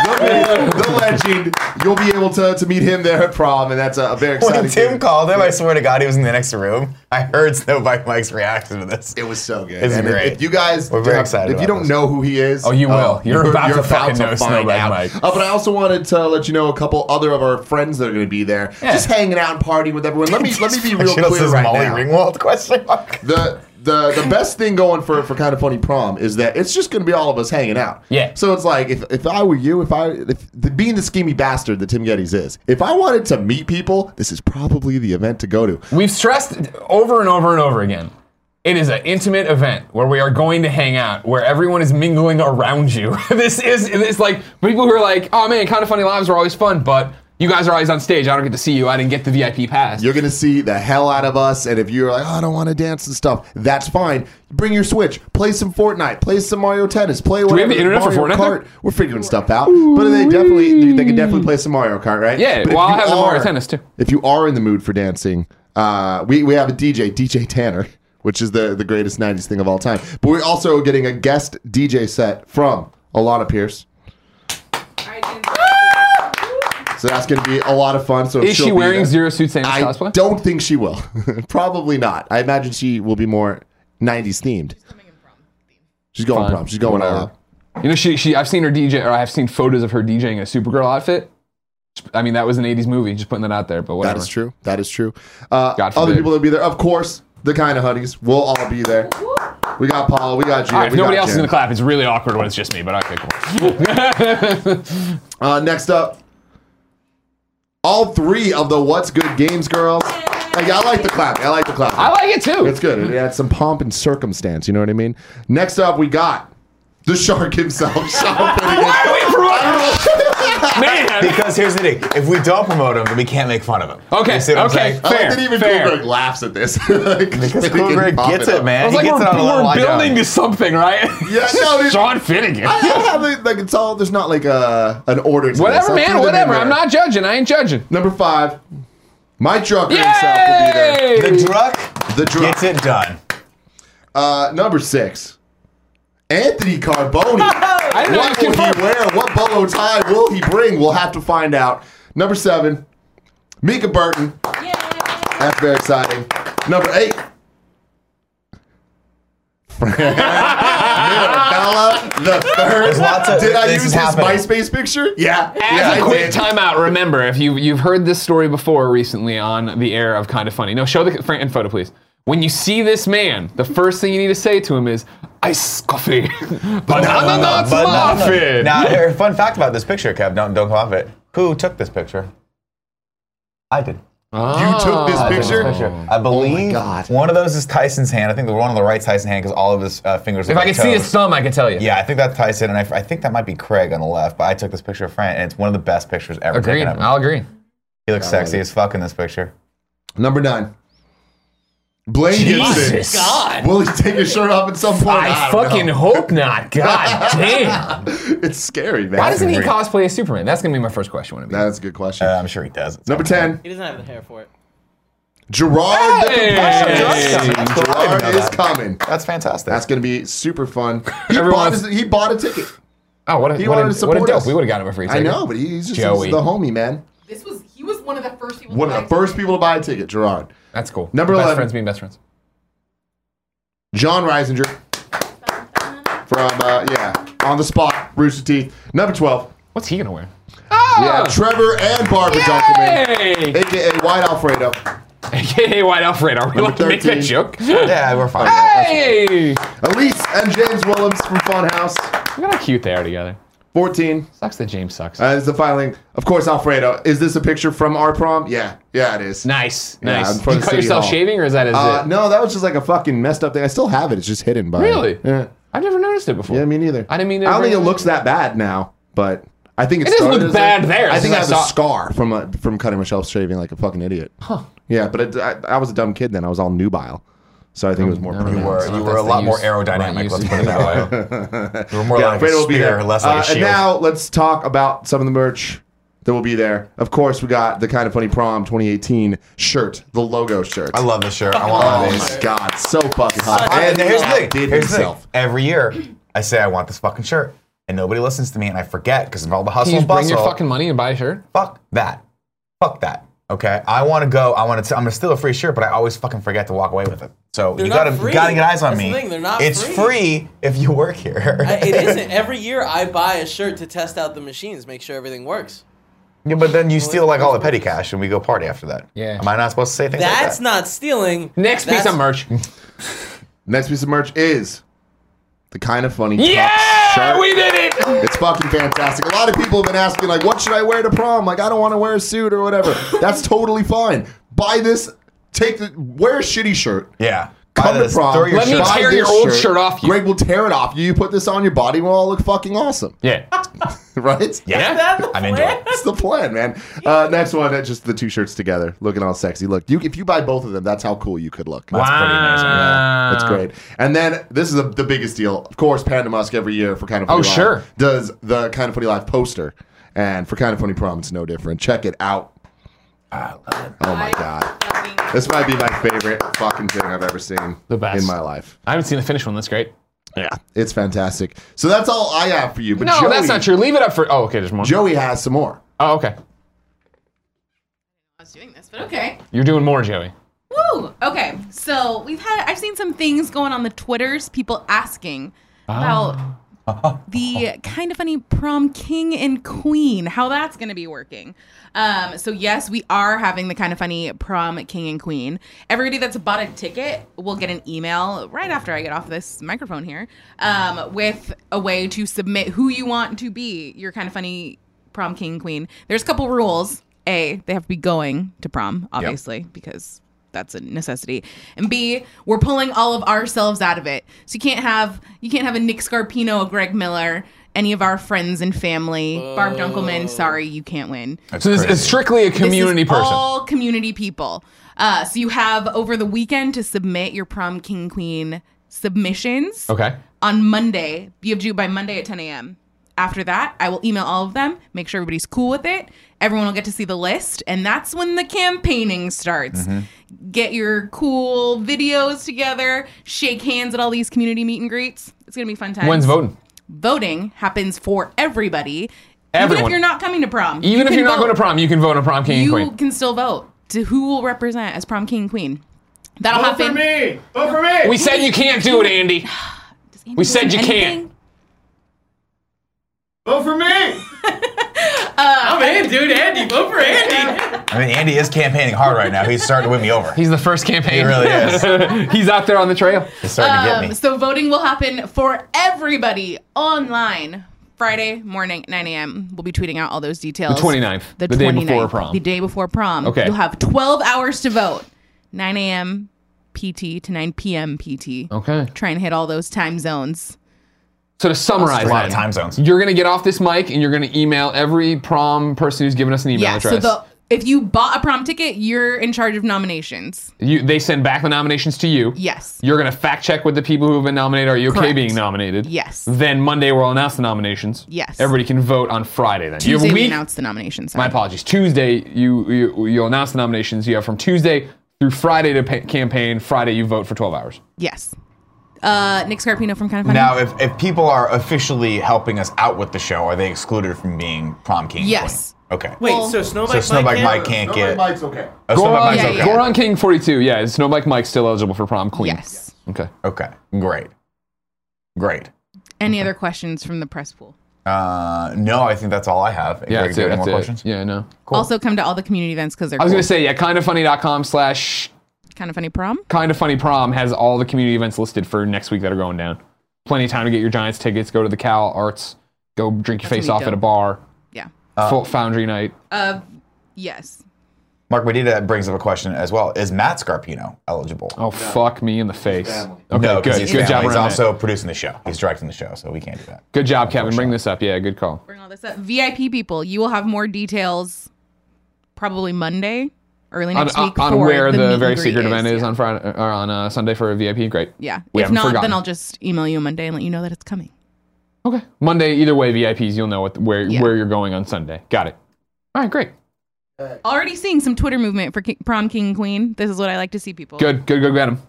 E: the legend. You'll be able to, to meet him there at prom, and that's a, a very exciting
A: When Tim
E: thing.
A: called him, I swear to God, he was in the next room. I heard Snowbike Mike's reaction to this.
E: It was so good.
A: It's
E: And
A: great.
E: If, if you guys,
A: We're very
E: have-
A: excited
E: If you
A: about
E: don't
A: this.
E: know who he is,
A: Oh, you will. You're about to fucking know
E: find
A: Snowman
E: out.
A: Mike.
E: Uh, but I also wanted to let you know a couple other of our friends that are going to be there, just hanging out and partying with everyone. Let me let me be real
A: Should us
E: clear
A: this
E: right
A: Molly
E: now.
A: Ringwald question mark?
E: the the the best thing going for for kind of funny prom is that it's just going to be all of us hanging out.
A: Yeah.
E: So it's like if, if I were you, if I if the, being the schemy bastard that Tim Geddes is, if I wanted to meet people, this is probably the event to go to.
B: We've stressed over and over and over again. It is an intimate event where we are going to hang out, where everyone is mingling around you. this is it's like people who are like, "Oh man, kind of funny lives were always fun, but you guys are always on stage. I don't get to see you. I didn't get the VIP pass."
E: You're gonna see the hell out of us, and if you're like, oh, I don't want to dance and stuff, that's fine. Bring your Switch, play some Fortnite, play some Mario Tennis, play
B: we
E: whatever.
B: have the internet for
E: Mario
B: Fortnite
E: Kart. We're figuring stuff out, but they definitely they can definitely play some Mario Kart, right?
B: Yeah,
E: But if
B: well, I'll
E: you
B: have the Mario Tennis, too.
E: If you are in the mood for dancing, uh, we we have a DJ, DJ Tanner. Which is the, the greatest 90s thing of all time. But we're also getting a guest DJ set from Alana Pierce. So that's going to be a lot of fun. So
B: is
E: she'll
B: she
E: be
B: wearing
E: there.
B: Zero Suit Samus
E: I
B: cosplay?
E: don't think she will. Probably not. I imagine she will be more 90s themed. She's going
B: Fine.
E: prom. She's going all
B: Whatever.
E: out.
B: You know, she she I've seen her DJ or I've seen photos of her DJing a Supergirl outfit. I mean, that was an '80s movie. Just putting that out there, but whatever.
E: That is true. That is true. Uh,
B: God
E: other
B: forbid.
E: people will be there. Of course, the kind of honeys. We'll all be there. We got Paul. We got Gina.
B: All right, if
E: we
B: nobody
E: got
B: else is
E: Jen.
B: in the clap. It's really awkward when it's just me. But okay, cool.
E: Uh, next up, all three of the What's Good Games girls. Like, I like the clap. I like the clap.
B: I like it too.
E: It's good. It adds some pomp and circumstance. You know what I mean? Next up, we got the shark himself. Sean Finnegan.
B: Wait for what? Man,
A: Because here's the thing: if we don't promote him, then we can't make fun of him.
B: Okay,
A: You see what I'm
B: okay.
A: saying?
E: I
B: Fair,
E: like that even
B: fair.
E: Kubrick laughs at this. because
A: Because Kubrick gets it, man.
B: I was
A: he
B: like,
A: gets
B: we're,
A: it on a level
B: we're
A: I don't.
B: building to something, right?
E: Yeah, no, dude.
B: Sean Finnegan.
E: I don't have it, like it's all. There's not like a an order. To this.
B: whatever,
E: I threw
B: man.
E: them
B: Whatever.
E: in
B: I'm
E: there.
B: not judging. I ain't judging.
E: number five. My trucker himself will be there.
B: Yay!
A: The Druck
E: The drunk.
A: gets it done.
E: Uh, number six. Anthony Carboni.
B: I didn't know it
E: what
B: was
E: will he
B: confirmed.
E: wear? What bolo tie will he bring? We'll have to find out. Number seven. Mika Burton. That's very exciting. Number eight. Mirabella the third.
A: There's lots of-
E: Did I
A: this
E: use
A: is
E: his
A: happening.
E: MySpace picture? Yeah. yeah,
B: As
E: I
B: a quick
E: did.
B: timeout, remember if you you've heard this story before recently on the air of Kind of Funny. No, show the Fran photo, please. When you see this man, the first thing you need to say to him is ice coffee, banana nuts
A: Banana.
B: muffin.
A: Now, here, fun fact about this picture, Kev. Don't don't come off it. Who took this picture? I did.
E: You took this
A: I took this
E: picture?
B: Oh.
A: picture. I believe
E: God.
A: one of those is Tyson's hand. I think the one on the right's Tyson's hand because all of his uh, fingers.
B: if I could see his thumb, I could tell you.
A: Yeah, I think that's Tyson, and I, I think that might be Craig on the left. But I took this picture of Fran, and it's one of the best pictures ever
B: agreed.
A: taken. of him.
B: I'll agree.
A: He looks sexy as fuck in this picture.
E: Number nine. Blaine Gibson. Will he take his shirt off at some point?
B: I,
E: don't
B: fucking
E: know.
B: hope not. God damn.
E: It's scary, man.
B: Why doesn't he
A: Agreed.
B: cosplay as Superman? That's gonna be my first question. When it
E: That's a good question.
A: Uh, I'm sure he does.
E: Number ten.
D: He doesn't have the hair for it.
E: Gerard the
B: Hey!
E: Compassion
A: That's
E: Johnson.
A: cool. I didn't know
E: Gerard is
A: that.
E: coming.
A: That's fantastic.
E: That's going to be super fun. He,
B: Everyone-
E: bought, his, he bought a ticket.
B: oh, what a,
E: He
B: what
E: wanted
B: a,
E: to
B: what a
E: support
B: dope.
E: us.
B: We would have gotten him a free
E: I
B: ticket.
E: know, but he's just
B: Joey.
E: he's the homie, man.
C: This was he was one of the first people.
E: One of the first people to buy a ticket, Gerard.
B: That's cool.
E: Number
B: best
E: 11.
B: friends being best friends.
E: John Reisinger from, uh, yeah, on the spot, Rooster Teeth. Number 12.
B: What's he gonna wear?
E: We have Trevor and Barbara Dunkelman,
B: Hey!
E: aka White Alfredo.
B: AKA White Alfred. Are we allowed to make that
E: 13.
B: joke?
A: yeah, we're fine.
B: Hey! Look
E: Elise and James Willems from Funhouse.
B: at how cute they are together.
E: 14.
B: Sucks that James sucks.
E: Uh, is the filing. Of course, Alfredo. Is this a picture from our prom? Yeah. Yeah, it is.
B: nice,
E: yeah,
B: nice.
E: in front
B: you
E: of
B: cut
E: City
B: yourself
E: Hall.
B: shaving, or is that is
E: Uh,
B: it?
E: no, that was just like a fucking messed up thing. I still have it. It's just hidden by.
B: Really?
E: Yeah.
B: I've never noticed it before.
E: Yeah, me neither.
B: I didn't mean to
E: I don't think it
B: bring-
E: looks that bad now, but I think it,
B: It doesn't
E: started
B: look
E: as
B: bad
E: a-
B: there,
E: I
B: since
E: think I have
B: I
E: a
B: saw-
E: scar from a, from cutting myself shaving like a fucking idiot. Huh. Yeah, but it, I, I was a dumb kid then. I was all nubile, so I think it
B: Oh,
E: was more.
A: You
E: pronounced.
A: were,
B: not-
A: you were
B: that's
A: a
B: the
A: lot more
B: use-
A: aerodynamic,
B: right,
A: let's
B: use-
A: put it that way. you were more like a
E: Alfredo will be
A: spear,
E: there.
A: less like
E: Uh,
A: a shield.
E: And now let's talk about some of the merch that will be there. Of course, we got the kind of funny prom 2018 shirt, the logo shirt.
A: I love this shirt. I want one
E: Oh
A: of these.
E: my god, so fucking hot!
A: And here's the
E: Anthony
A: thing.
E: outdid
A: Here's the thing.
E: himself.
A: Every year, I say I want this fucking shirt. and nobody listens to me, and I forget because of all the hustle
B: Can you
A: and
B: just bring
A: bustle.
B: your fucking money and buy a shirt?
A: fuck that. Fuck that. Okay, I want to go. I want to. I'm gonna steal a free shirt, but I always fucking forget to walk away with it. So you
D: not
A: gotta you
D: free.
A: gotta get eyes on
D: That's
A: me.
D: the thing, they're not
A: it's
D: free.
A: free if you work here.
D: I- it isn't. Every year I buy a shirt to test out the machines, make sure everything works.
A: yeah, but then you steal like all the petty cash, and we go party after that.
B: Yeah.
A: Am I not supposed to say things like
D: That's
A: that?
D: not stealing.
B: Next
D: That's-
B: piece of merch.
E: Next piece of merch is the kind of funny. Tux
B: Yeah,
E: shirt.
B: we did it.
E: It's fucking fantastic. A lot of people have been asking, like, what should I wear to prom? Like, I don't want to wear a suit or whatever. That's totally fine. Buy this. Take the wear a shitty shirt.
A: Yeah.
E: Come
A: Buy
E: to
A: this,
E: prom.
A: throw your
B: Let me
A: shirt-
E: buy
B: tear
E: this
B: your old shirt off you.
E: Greg will tear it off you. You put this on your body, we'll all look fucking awesome,
B: Yeah.
E: right?
B: Yeah.
A: I'm into it.
E: That's the plan, man. Uh, next one, that's just the two shirts together, looking all sexy. Look, you if you buy both of them, that's how cool you could look.
A: That's pretty amazing.
E: Yeah, that's great. And then this is the, the biggest deal. Of course, Panda Musk every year for Kind of Funny
B: Oh,
E: Live
B: sure.
E: does the Kind of Funny Live poster. And for Kind of Funny Prom, it's no different. Check it out. Oh, my God. This might be my favorite fucking thing I've ever seen
B: The best.
E: in my life.
B: I haven't seen the finished one. That's great.
E: Yeah. It's fantastic. So that's all I have for you. But
B: No,
E: Joey,
B: that's not true. Leave it up for. Oh, okay. There's more.
E: Joey has some more.
B: Oh, okay.
C: I was doing this, but okay.
B: You're doing more, Joey.
C: Woo! Okay, so we've had I've seen some things going on the Twitters, people asking about the kind of funny prom king and queen, how that's going to be working. Um, so yes, we are having the kind of funny prom king and queen. Everybody that's bought a ticket will get an email right after I get off this microphone here um, with a way to submit who you want to be your kind of funny prom king queen. There's a couple rules. A, they have to be going to prom, obviously, because that's a necessity. And B, we're pulling all of ourselves out of it. So you can't have you can't have a Nick Scarpino, a Greg Miller, any of our friends and family. Barb Dunkelman, sorry, you can't win.
B: So this is
A: crazy.
B: strictly a community
C: This is
B: person.
C: All community people. Uh, so you have over the weekend to submit your prom king queen submissions
B: okay.
C: on Monday. You have due by Monday at 10 a.m. After that, I will email all of them, make sure everybody's cool with it. Everyone will get to see the list, and that's when the campaigning starts.
B: Mm-hmm.
C: Get your cool videos together, shake hands at all these community meet and greets. It's gonna be fun time.
B: When's voting?
C: Voting happens for everybody. Even
B: Everyone.
C: if you're not coming to prom.
B: Even if
C: can
B: you're not
C: vote.
B: going to prom, you can vote on prom king and
C: you
B: queen.
C: can still vote to who will represent as prom king and queen. That'll happen.
G: me! Vote for me!
B: We said you can't do it, Andy. We said you can't.
G: Vote for me!
D: I'm in, dude. Andy, vote for Andy.
A: I mean, Andy is campaigning hard right now. He's starting to win me over.
B: He's the first campaign.
A: He really
B: is. He's out there on the trail.
A: He's starting to get
C: Um,
A: me.
C: so voting will happen for everybody online Friday morning, 9 a.m. We'll be tweeting out all those details.
B: The 29th,
C: The,
B: the day before
C: 29th,
B: prom.
C: The day before prom.
B: Okay.
C: You'll have 12 hours to vote, 9 a.m. PT to 9 p.m. PT.
B: Okay.
C: Try and hit all those time zones.
B: So to summarize,
A: a lot of
B: then,
A: time zones.
B: You're gonna get off this mic and you're gonna email every prom person who's given us an email
C: yeah. So
B: address.
C: the if you bought a prom ticket, you're in charge of nominations.
B: you, they send back the nominations to you.
C: Yes.
B: You're gonna fact check with the people who have been nominated. Are you okay
C: Correct.
B: being nominated?
C: Yes.
B: Then Monday we'll announce the nominations.
C: Yes.
B: Everybody can vote on Friday. Then
C: Tuesday
B: you have a
C: we
B: week.
C: announce the nominations.
B: My apologies. Tuesday you, you you'll announce the nominations. You have from Tuesday through Friday to pa- campaign. Friday you vote for 12 hours.
C: Yes. Uh, Nick Scarpino from Kind of Funny.
A: Now, if, if people are officially helping us out with the show, are they excluded from being prom king? and
C: Yes.
A: queen? Okay.
D: Wait,
C: Well-
D: so Snowbike,
A: So Snowbike
D: Mike
A: Mike can't
D: can't-
A: get.
E: Mike's okay.
A: Oh, Snowbike
B: Goron,
A: Mike's
C: yeah,
A: okay.
C: yeah.
B: Goron King 42. Yeah, is Snowbike Mike still eligible for prom queen?
C: Yes.
B: Okay.
A: Okay. Great. Great.
C: Any other questions from the press pool?
A: Uh, no, I think that's all I have. Greg,
B: Yeah, that's
A: do you
B: it.
A: have any
B: That's
A: more
B: it.
A: questions?
B: Yeah, no.
C: Also, come to all the community events because they're
B: I was gonna say yeah, kindoffunny.com slash
C: kind of funny prom.
B: kind of funny prom has all the community events listed for next week that are going down. Plenty of time to get your Giants tickets. Go to the Cal Arts. Go drink your
C: That's
B: face
C: gonna
B: off
C: be
B: at a
C: dope.
B: bar.
C: Yeah.
B: Full Foundry night.
C: Uh, yes.
A: Mark Medina brings up a question as well. Is Matt Scarpino eligible?
B: oh fuck me in the face. Okay,
A: no, 'cause
B: good.
A: He's
B: Good
A: family.
B: job.
A: He's
B: around
A: also
B: that.
A: producing the show. He's directing the show, so we can't do that.
B: Good job, Kevin. Bring this up. Yeah, good call.
C: Bring all this up. VIP people, you will have more details probably Monday, early
B: On, uh,
C: next week.
B: on
C: for
B: where
C: meet
B: the,
C: and
B: very
C: greet
B: secret event is
C: Yeah.
B: on Friday or on uh, Sunday for a VIP. Great.
C: Yeah.
B: We
C: if
B: haven't
C: not,
B: forgotten.
C: then I'll just email you Monday and let you know that it's coming.
B: Okay. Monday, either way, VIPs, you'll know what, where
C: Yeah.
B: where you're going on Sunday. Got it. All right, great.
C: Already seeing some Twitter movement for Ki- prom king and queen. This is what I like to see people.
B: Good, good, good, got him.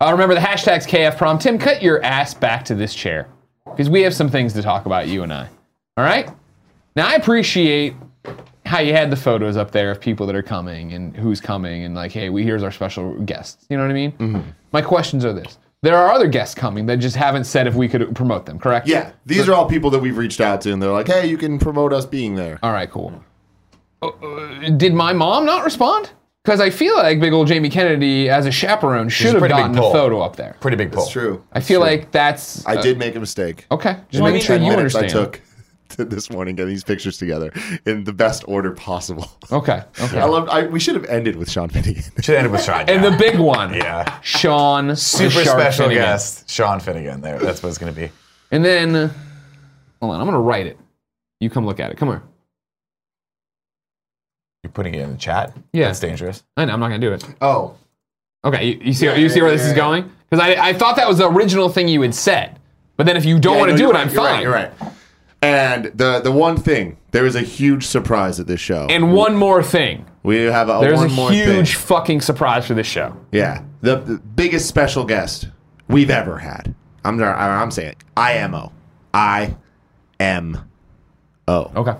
B: Uh, remember the hashtags KF prom. Tim, cut your ass back to this chair. because we have some things to talk about, you and I. All right? Now, I appreciate how you had the photos up there of people that are coming and who's coming and like, hey, we here's our special guests. You know what I mean?
A: Mm-hmm.
B: My questions are this. There are other guests coming that just haven't said if we could promote them, correct?
E: Yeah, these are all people that we've reached out to, and they're like, "Hey, you can promote us being there."
B: All right, cool. Uh, uh, did my mom not respond? Because I feel like big old Jamie Kennedy, as a chaperone, should have
A: pretty big
B: gotten the
A: pull.
B: photo up there.
A: Pretty big pull.
E: It's true.
B: I feel like that's uh,
E: I did make a mistake.
B: okay. Just
E: In the
B: making sure
E: 10
B: you
E: minutes
B: understand.
E: I took to this morning getting these pictures together in the best order possible.
B: Okay. Okay.
E: I loved. I, we should have ended with Sean Finnegan.
A: Should end with Sean.
B: and
A: yeah.
B: the big one,
A: Yeah.
B: Sean, the
A: super
B: Shark
A: special
B: Finnegan.
A: guest, Sean Finnegan. There, that's what it's gonna be.
B: And then, uh, hold on, I'm gonna write it. You come look at it. Come here.
A: You're putting it in the chat.
B: Yeah.
A: that's dangerous.
B: I know, I'm not gonna do it.
E: Oh,
B: Okay, you, you see, you see where this is going? Because I, I thought that was the original thing you had said. But then if you don't
E: Yeah,
B: want to
E: no,
B: do
E: you're
B: it,
E: right,
B: I'm
E: you're
B: fine.
E: Right, you're right. And the the one thing, there is a huge surprise at this show.
B: And one more thing.
E: we have a,
B: There's
E: one
B: a
E: more
B: huge
E: Thing.
B: fucking surprise for this show.
E: Yeah, the, the biggest special guest we've ever had. I'm not- I'm saying it. I M O. I M O.
B: Okay.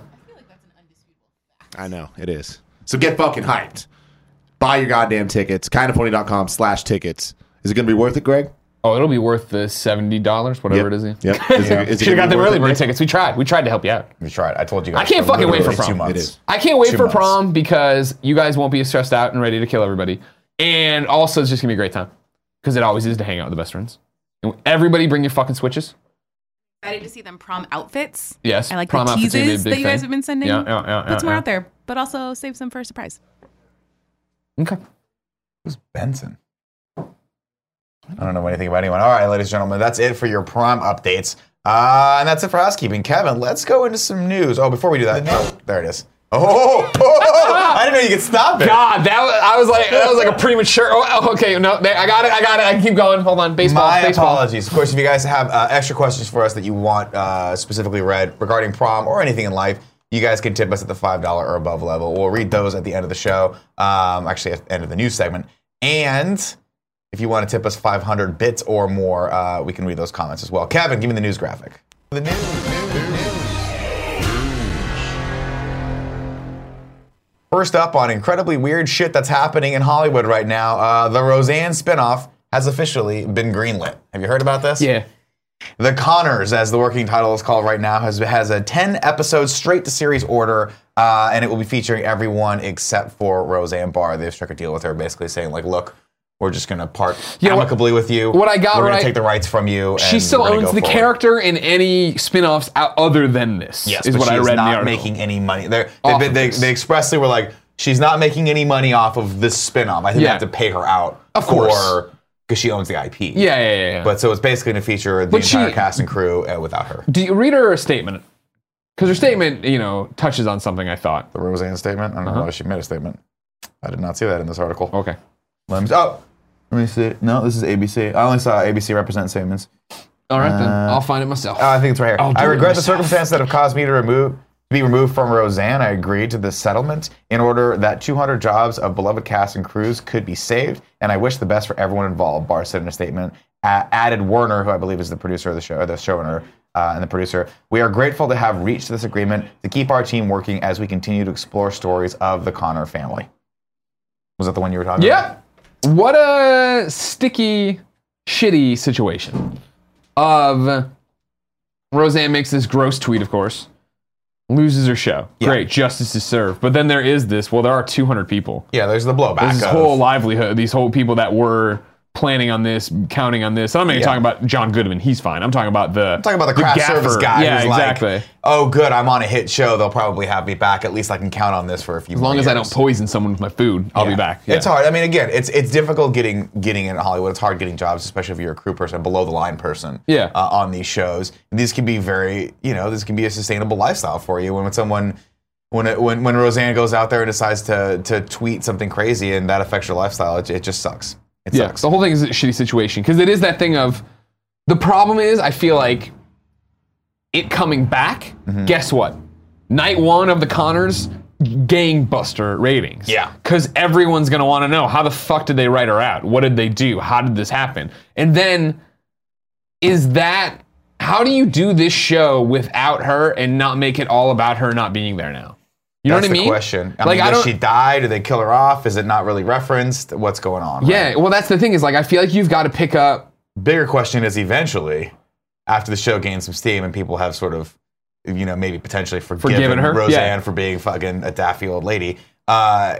E: I know it is. So get fucking hyped. Buy your goddamn tickets. Kindoffunny.com slash tickets. Is it going to be worth it, Greg?
B: Oh, it'll be worth the seventy dollars, whatever it is.
E: Yep. Is it-
B: Should
E: is it
B: have
E: gonna
B: got
E: be
B: them
E: worth
B: early
E: it?
B: bird tickets. We tried. We tried to help you out.
A: We tried. I told you guys.
B: I can't fucking wait for
A: literally
B: prom.
A: Two months.
E: It is.
B: I can't wait
A: Two
B: for
A: months.
B: prom because you guys won't be stressed out and ready to kill everybody. And also, it's just gonna be a great time because it always is to hang out with the best friends. And everybody, bring your fucking switches.
C: Excited to see them prom outfits.
B: Yes,
C: I like
B: prom
C: the
B: outfits would be a
C: teases that
B: big
C: you guys
B: thing.
C: have been sending.
B: Yeah, yeah, yeah,
C: Put some
B: yeah,
C: more
B: yeah.
C: out there, but also save some for a surprise.
B: Okay.
A: Who's Benson? I don't know anything about anyone. All right, ladies and gentlemen, that's it for your prom updates. Uh, and that's it for housekeeping. Kevin, let's go into some news. Oh, before we do that, oh, there it is. Oh, I didn't know you could stop it.
B: God, that was, I was like that was like a premature. Oh, okay, no, there, I got it, I got it. I can keep going. Hold on, baseball,
A: My
B: baseball.
A: apologies. Of course, if you guys have uh, extra questions for us that you want uh, specifically read regarding prom or anything in life, you guys can tip us at the $5 or above level. We'll read those at the end of the show, um, actually, at the end of the news segment. And if you want to tip us 500 bits or more, uh, we can read those comments as well. Kevin, give me the news graphic. The news. First up on incredibly weird shit that's happening in Hollywood right now, uh, the Roseanne spinoff has officially been greenlit. Have you heard about this?
B: Yeah.
A: The Connors, as the working title is called right now, has has a ten episode straight to series order, uh, and it will be featuring everyone except for Roseanne Barr. They've struck a deal with her, basically saying like, "Look, we're just gonna part
B: Yeah, what-
A: amicably with you.
B: what I got
A: we're
B: right-
A: gonna take the rights from you."
B: She
A: and
B: still
A: we're gonna
B: owns
A: go
B: the
A: forward.
B: character in any spin-offs out other than this.
A: Yes,
B: is
A: but
B: what
A: she
B: I
A: is
B: read in the
A: not
B: article.
A: making any money. They're-
B: Off
A: They,
B: of
A: they,
B: this.
A: they expressly were like, "She's not making any money off of this spin-off. I think
B: Yeah.
A: they have to pay her out,
B: Of course.
A: because she owns the IP."
B: yeah, yeah, yeah, yeah.
A: But so it's basically going to feature the
B: But she-
A: entire cast and crew uh, without her.
B: do you read her a statement? Because her statement, you know, touches on something I thought.
A: the Roseanne statement. I don't know if she made a statement. I did not see that in this article.
B: Okay.
A: Let me, oh, let me see. No, this is ABC. I only saw ABC represent statements.
B: All right, then. I'll find it myself.
A: Oh, I think it's right here.
B: I'll do
A: I
B: it
A: regret the
B: myself.
A: circumstance that have caused me to remove to be removed from Roseanne. I agreed to this settlement in order that 200 jobs of beloved cast and crews could be saved, and I wish the best for everyone involved. Barr said in a statement. A- added Werner, who I believe is the producer of the show, the showrunner. Uh, and the producer, we are grateful to have reached this agreement to keep our team working as we continue to explore stories of the Connor family. Was that the one you were talking about?
B: yeah. What a sticky, shitty situation. Of Roseanne makes this gross tweet, of course, loses her show. Great, justice is served. But then there is this. Well, there are 200 people.
A: Yeah, there's the blowback.
B: This
A: of-
B: whole livelihood. These whole people that were planning on this, counting on this. And I'm not even
A: Yeah.
B: talking about John Goodman. He's fine. I'm talking about the.
A: I'm talking about the craft service guy
B: Yeah,
A: who's
B: exactly.
A: like, oh, good, I'm on a hit show. They'll probably have me back. At least I can count on this for a few
B: as long as I don't poison someone with my food, I'll be back. Yeah.
A: It's hard. I mean, again, it's it's difficult getting getting in Hollywood. It's hard getting jobs, especially if you're a crew person, below the line person.
B: Yeah.
A: Uh, on these shows, these can be very, you know, this can be a sustainable lifestyle for you. When when someone, when it, when when Roseanne goes out there and decides to to tweet something crazy and that affects your lifestyle, it, it just sucks. It
B: Yeah,
A: sucks.
B: the whole thing is a shitty situation because it is that thing of the problem is I feel like it coming back.
A: Mm-hmm.
B: Guess what? Night one of the Connors gangbuster ratings.
A: Yeah.
B: because everyone's gonna want to know how the fuck did they write her out? What did they do? How did this happen? And then is that How do you do this show without her and not make it all about her not being there now? You know
A: That's
B: what I mean?
A: the question. I
B: like
A: mean,
B: I
A: does
B: don't.
A: she die? Do they kill her off? Is it not really referenced? What's going on? right?
B: yeah. Well, that's the thing is like I feel like you've got to pick up
A: Bigger question is eventually, after the show gains some steam and people have sort of, you know, maybe potentially forgiven,
B: Forgiven her?
A: Roseanne
B: Yeah.
A: for being fucking a daffy old lady. Uh,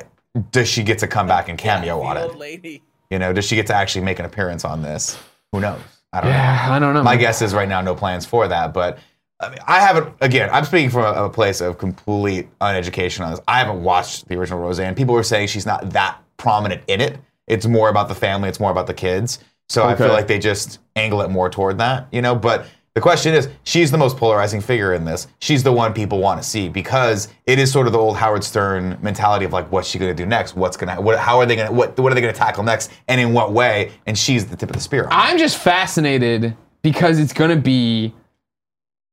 A: does she get to come back and cameo on
D: The
A: it?
D: old lady.
A: You know, does she get to actually make an appearance on this? Who knows? I don't know.
B: Yeah, I don't know.
A: My
B: man.
A: guess is right now no plans for that, but I, mean, I haven't. Again, I'm speaking from a, a place of complete uneducation on this. I haven't watched the original Roseanne. People are saying she's not that prominent in it. It's more about the family. It's more about the kids. So I feel
E: Okay.
A: like they just angle it more toward that, you know. But the question is, she's the most polarizing figure in this. She's the one people want to see because it is sort of the old Howard Stern mentality of like, what's she going to do next? What's going to? What, how are they going to? What, what are they going to tackle next? And in what way? And she's the tip of the spear. on it.
B: I'm just fascinated because it's gonna be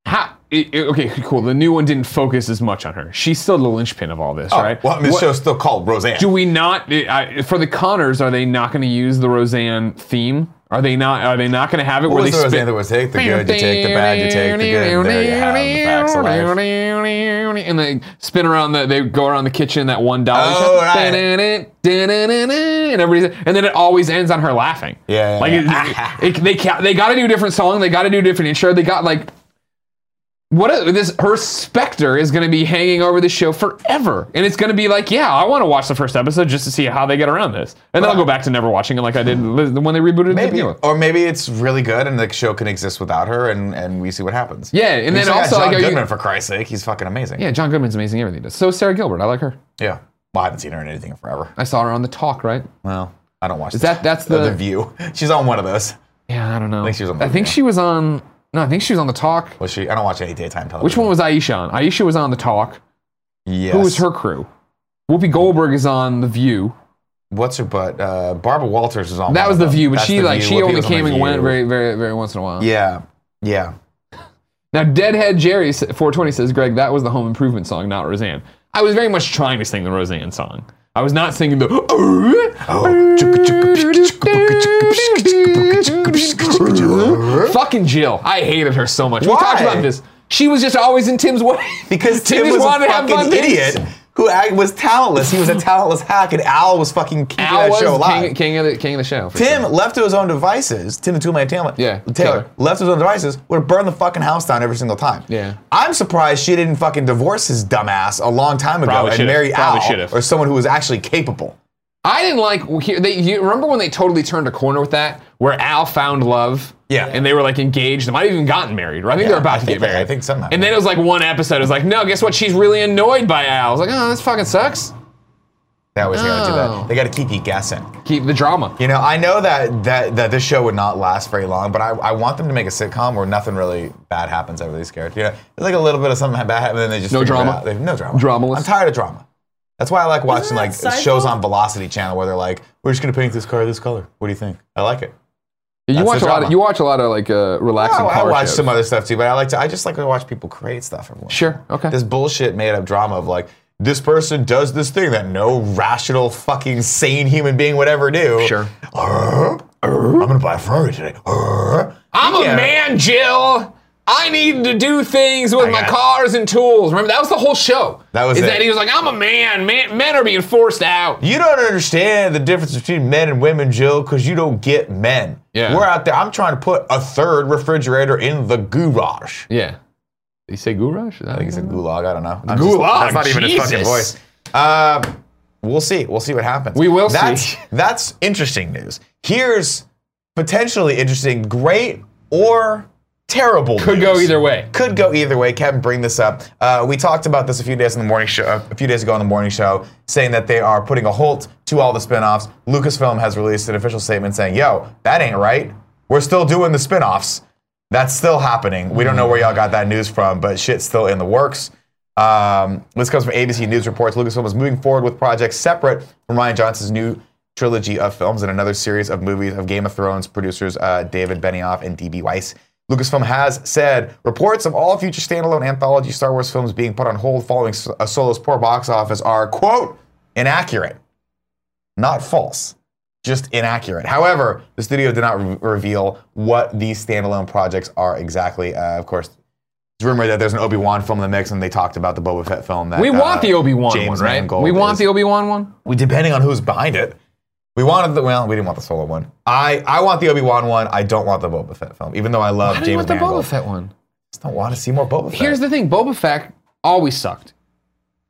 B: how. It, it- okay, cool. The new one didn't focus as much on her. She's still the linchpin of all this, right?
A: Oh, Well, I mean, this
B: What-
A: show's still called Roseanne.
B: do we not I, for the Connors? Are they not going to use the Roseanne theme? Are they not? Are they not going to have it
A: What
B: where
A: was
B: they
A: the Roseanne
B: spit?
A: that was take the good, you take the bad, you take the good, and there you have the facts of life.
B: And they spin around the, they go around the kitchen that one dollar.
A: Oh, right.
B: And everybody's, and then it always ends on her laughing.
A: Yeah, yeah,
B: like
A: yeah.
B: It, it, they ca- they got to do a different song. They got to do a different intro. They got like. What a, this her specter is going to be hanging over the show forever, and it's going to be like, yeah, I want to watch the first episode just to see how they get around this, and then I'll go back to never watching it like I did when they rebooted the
A: Maybe,
B: new one.
A: or maybe it's really good, and the show can exist without her, and, and we see what happens.
B: Yeah, and
A: We
B: then
A: still got
B: also,
A: John
B: like, are you-
A: Goodman for Christ's sake, he's fucking amazing.
B: Yeah, John Goodman's amazing. in Everything he does. So is Sarah Gilbert. I like her.
A: yeah. Well, I haven't seen her in anything in forever.
B: I saw her on The Talk, right?
A: Well, I don't watch. Is
B: that- that's the-
A: the View? She's on one of those.
B: Yeah, I don't know. I
A: think she was on The
B: I think
A: Talk.
B: she was on. No, I think she was on The Talk.
A: Was she? I don't watch any daytime television.
B: Which one was Aisha on? Aisha was on The Talk.
A: Yes.
B: Who was her crew? Whoopi Goldberg is on The View.
A: What's her butt? Uh, Barbara Walters was on.
B: That
A: one
B: was
A: of
B: The
A: them.
B: View, but
A: That's
B: she
A: The
B: like
A: View.
B: she
A: Whoopi
B: only
A: was on The
B: came and went
A: View.
B: very very very once in a while.
A: Yeah, yeah.
B: Now Deadhead Jerry s- 420 says, Greg, that was the Home Improvement song, not Roseanne. I was very much trying to sing the Roseanne song. I was not singing the. "Oh,
A: Oh,
B: Fucking Jill. I hated her so much. We
A: Why?
B: talked about this. She was just always in Tim's way.
A: Because Tim, was a fucking
B: things.
A: idiot who act- was talentless. He was a talentless hack, and Al was fucking keeping
B: Al
A: that
B: was
A: show alive.
B: king, king of the king of the show. for
A: Tim,
B: sure.
A: left to his own devices, Tim the Toolman Taylor,
B: Yeah,
A: Taylor,
B: Taylor.
A: left to his own devices, would have burned the fucking house down every single time.
B: Yeah.
A: I'm surprised she didn't fucking divorce his dumbass a long time ago
B: Probably
A: and
B: should've.
A: marry
B: Probably
A: Al
B: should've.
A: or someone who was actually capable.
B: I didn't like. here- They, you remember when they totally turned a corner with that, where Al found love.
A: Yeah.
B: And they were like engaged. They might have even gotten married. Or I think
A: Yeah,
B: they're about
A: I
B: to
A: think
B: get
A: they-
B: married.
A: I think somehow.
B: And then it was like one episode. It was like, no, guess what? She's really annoyed by Al. I was like, oh, this fucking sucks.
A: They always gotta do
B: No.
A: that. They gotta keep you guessing.
B: Keep the drama.
A: You know, I know that, that that this show would not last very long, but I, I want them to make a sitcom where nothing really bad happens over these characters. You know, there's like a little bit of something bad happens, and then they just
B: No
A: figure it
B: drama?
A: out. They- no drama.
B: Dramaless?
A: I'm tired of drama. That's why I like watching
D: Isn't
A: like
D: that
A: shows
D: Seinfeld?
A: on Velocity Channel where they're like, "We're just gonna paint this car this color. What do you think? I like it."
B: you
A: That's
B: watch
A: the
B: a lot.
A: drama.
B: Of, you watch a lot of like uh, relaxing
A: Oh, I
B: car
A: watch
B: shows.
A: some other stuff too, but I like to. I just like to watch people create stuff. every once in a
B: Sure. Okay.
A: this bullshit made up drama of like this person does this thing that no rational fucking sane human being would ever do.
B: Sure.
A: Uh, uh, I'm gonna buy a Ferrari today. Uh.
B: I'm
A: Yeah.
B: a man, Jill. I need to do things with
A: I
B: my
A: got-
B: cars and tools. Remember that was the whole show.
A: That was
B: is
A: it.
B: that he was like, I'm a man. man. Men are being forced out.
A: You don't understand the difference between men and women, Jill, because you don't get men.
B: Yeah.
A: We're out there. I'm trying to put a third refrigerator in the garage.
B: Yeah. Did he say Gourash? I
A: I think it's a gulag. I don't know. I'm
B: Gulag,
A: that's not even his fucking
B: Jesus.
A: voice. Uh, we'll see. We'll see what happens.
B: We will
A: that's,
B: see.
A: That's interesting news. Here's potentially interesting, great or terrible.
B: Could go
A: news.
B: either way.
A: Could go either way. Kevin, bring this up. Uh, we talked about this a few days in the morning show, a few days ago on the morning show, saying that they are putting a halt to all the spin-offs. Lucasfilm has released an official statement saying, "Yo, that ain't right. We're still doing the spin-offs. That's still happening. We don't know where y'all got that news from, but shit's still in the works." Um, this comes from ABC News reports. Lucasfilm is moving forward with projects separate from Ryan Johnson's new trilogy of films and another series of movies of Game of Thrones producers uh, David Benioff and D.B. Weiss. Lucasfilm has said reports of all future standalone anthology Star Wars films being put on hold following S- uh, Solo's poor box office are, quote, inaccurate, not false. just inaccurate. However, the studio did not re- reveal what these standalone projects are exactly. Uh, of course, it's rumored that there's an Obi Wan film in the mix, and they talked about the Boba Fett film. That
B: We
A: uh,
B: want the Obi Wan one,
A: James
B: right?
A: Mangold
B: we want
A: is-
B: the Obi Wan one.
A: we depending on who's behind it. We wanted the well, we didn't want the solo one. I I want the Obi Wan one. I don't want the Boba Fett film, even though I love
B: I do you
A: James
B: want the
A: Mangold.
B: Boba Fett one?
A: I just don't want to see more Boba Fett.
B: Here's the thing: Boba Fett always sucked.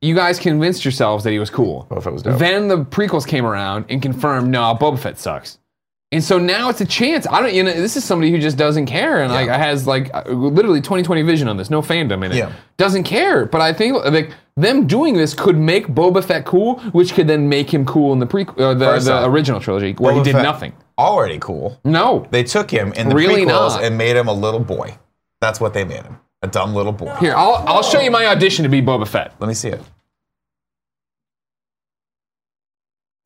B: You guys convinced yourselves that he was cool.
A: Boba Fett was dope.
B: Then the prequels came around and confirmed, no, Boba Fett sucks. And so now it's a chance. I don't. You know, this is somebody who just doesn't care and like has like uh, literally 2020 vision on this. No fandom in it.
A: Yeah.
B: Doesn't care. But I think like them doing this could make Boba Fett cool, which could then make him cool in the pre uh, the,
A: First
B: the
A: off,
B: original trilogy where he
A: Boba
B: did
A: Fett
B: nothing.
A: Already cool.
B: No.
A: They took him in the
B: Really
A: prequels
B: not.
A: and made him a little boy. That's what they made him. A dumb little boy.
B: Here, I'll I'll show you my audition to be Boba Fett.
A: Let me see it.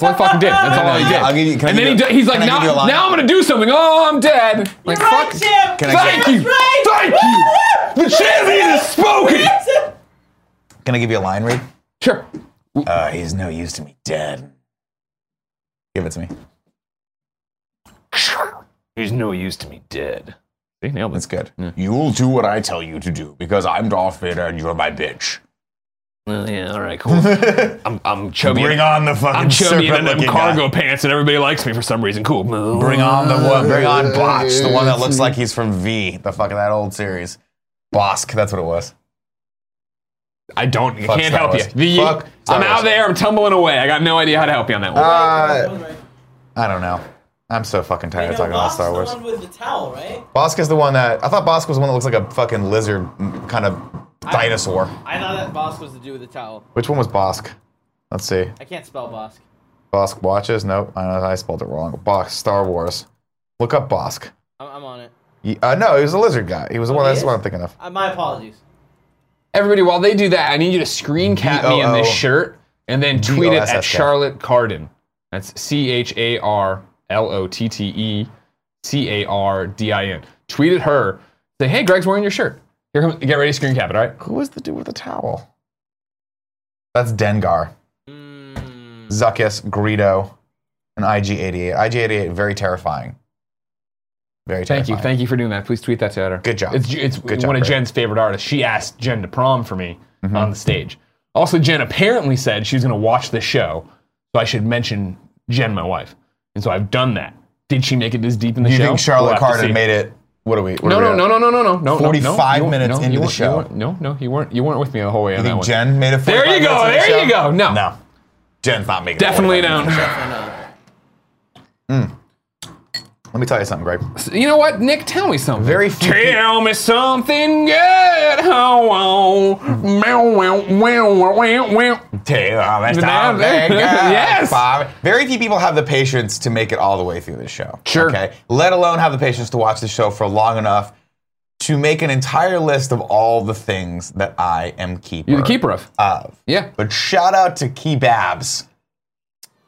B: That's all he fucking did. That's all he did.
A: I'll give you- can I
B: and
A: give
B: then he
A: you-
B: do, he's like,
A: can I give
B: now,
A: you a line?
B: now I'm gonna do something. Oh, I'm dead. Like,
F: Right,
B: fuck.
F: Jim.
A: Can I,
B: Thank
A: give,
B: you. Thank you. The champion is spoken.
A: can I give you a line read?
B: Sure.
A: Uh, he's no use to me, dead. Give it to me.
B: He's no use to me dead. They nailed
A: That's good. You'll do what I tell you to do because I'm Darth Vader and you're my bitch.
B: Well, Uh, yeah, all right, cool. I'm, I'm chubby.
A: Bring on the fucking
B: I'm chubby and in
A: serpent-looking
B: them
A: guy.
B: cargo pants, and everybody likes me for some reason. Cool.
A: Bring on the one. Bring on Botch, the one that looks like he's from V, the fucking that old series. Bosk, that's what it was.
B: I don't. I
A: Fuck
B: can't
A: Star
B: help
A: Wars.
B: you. The-
A: Fuck Star
B: I'm
A: Wars.
B: out there. I'm tumbling away. I got no idea how to help you on that one.
A: Uh, I don't know. I'm so fucking tired of talking about Star Wars.
H: The one with the towel, right?
A: Bosk is the one that I thought Bosk was the one that looks like a fucking lizard mm, kind of dinosaur.
H: I thought that Bosk was the dude with the towel.
A: Which one was Bosk? Let's see.
H: I can't spell Bosk.
A: Bosk watches. Nope, I, I spelled it wrong. Bosk Star Wars. Look up Bosk.
H: I'm, I'm on it.
A: Ye- Uh, no, he was a lizard guy. He was the one.
H: he
A: That's the
H: is?
A: one I'm thinking of.
H: Uh, my apologies.
B: Everybody, while they do that, I need you to screen cap me in this
A: B O O.
B: shirt and then tweet it at
A: B-O-S-S-K.
B: Charlotte Cardin. That's C H A R L O T T E C A R D I N. Tweet at her. Say, hey, Greg's wearing your shirt. Here comes, get ready to screen cap it, all right?
A: Who was the dude with the towel? That's Dengar.
H: Hmm.
A: Zuckus, Greedo, and IG88. IG88, very terrifying. Very terrifying.
B: Thank you. Thank you for doing that. Please tweet that to her.
A: Good job.
B: It's, it's
A: Good job,
B: one
A: Greg.
B: of
A: Mm-hmm.
B: Jen's favorite artists. She asked Jen to prom for me on the stage. Also, Jen apparently said she was going to watch the show, so I should mention Jen, my wife. And so I've done that. Did she make it this deep in the
A: Do you
B: show?
A: think Charlotte
B: We'll have to
A: Carter
B: see.
A: made it? What are we? What
B: No,
A: are we
B: no,
A: at?
B: no, no, no, no, no, no.
A: 45
B: no,
A: minutes
B: no, you
A: into the
B: weren't- you
A: show.
B: weren't- No, no, you weren't. You weren't with me the whole way on
A: You
B: that
A: think
B: one.
A: Jen made it?
B: There
A: 45
B: you go.
A: minutes into
B: There
A: the
B: you
A: show?
B: go. No.
A: no, Jen's not making. it
B: Definitely
A: 45
B: don't.
A: minutes into
H: I
A: the show. Hmm. Let me tell you something, Greg.
B: You know what, Nick? Tell me something.
A: Very few
B: Tell me something good. Oh, oh. Meow, meow, meow, meow, meow, meow.
A: Taylor, Mr.
B: Now-
A: Big Guy,
B: Yes.
A: Bob. Very few people have the patience to make it all the way through this show.
B: Sure.
A: Okay. Let alone have the patience to watch the show for long enough to make an entire list of all the things that I am keeper.
B: You're the keeper of.
A: of.
B: Yeah.
A: But shout out to Kebabs.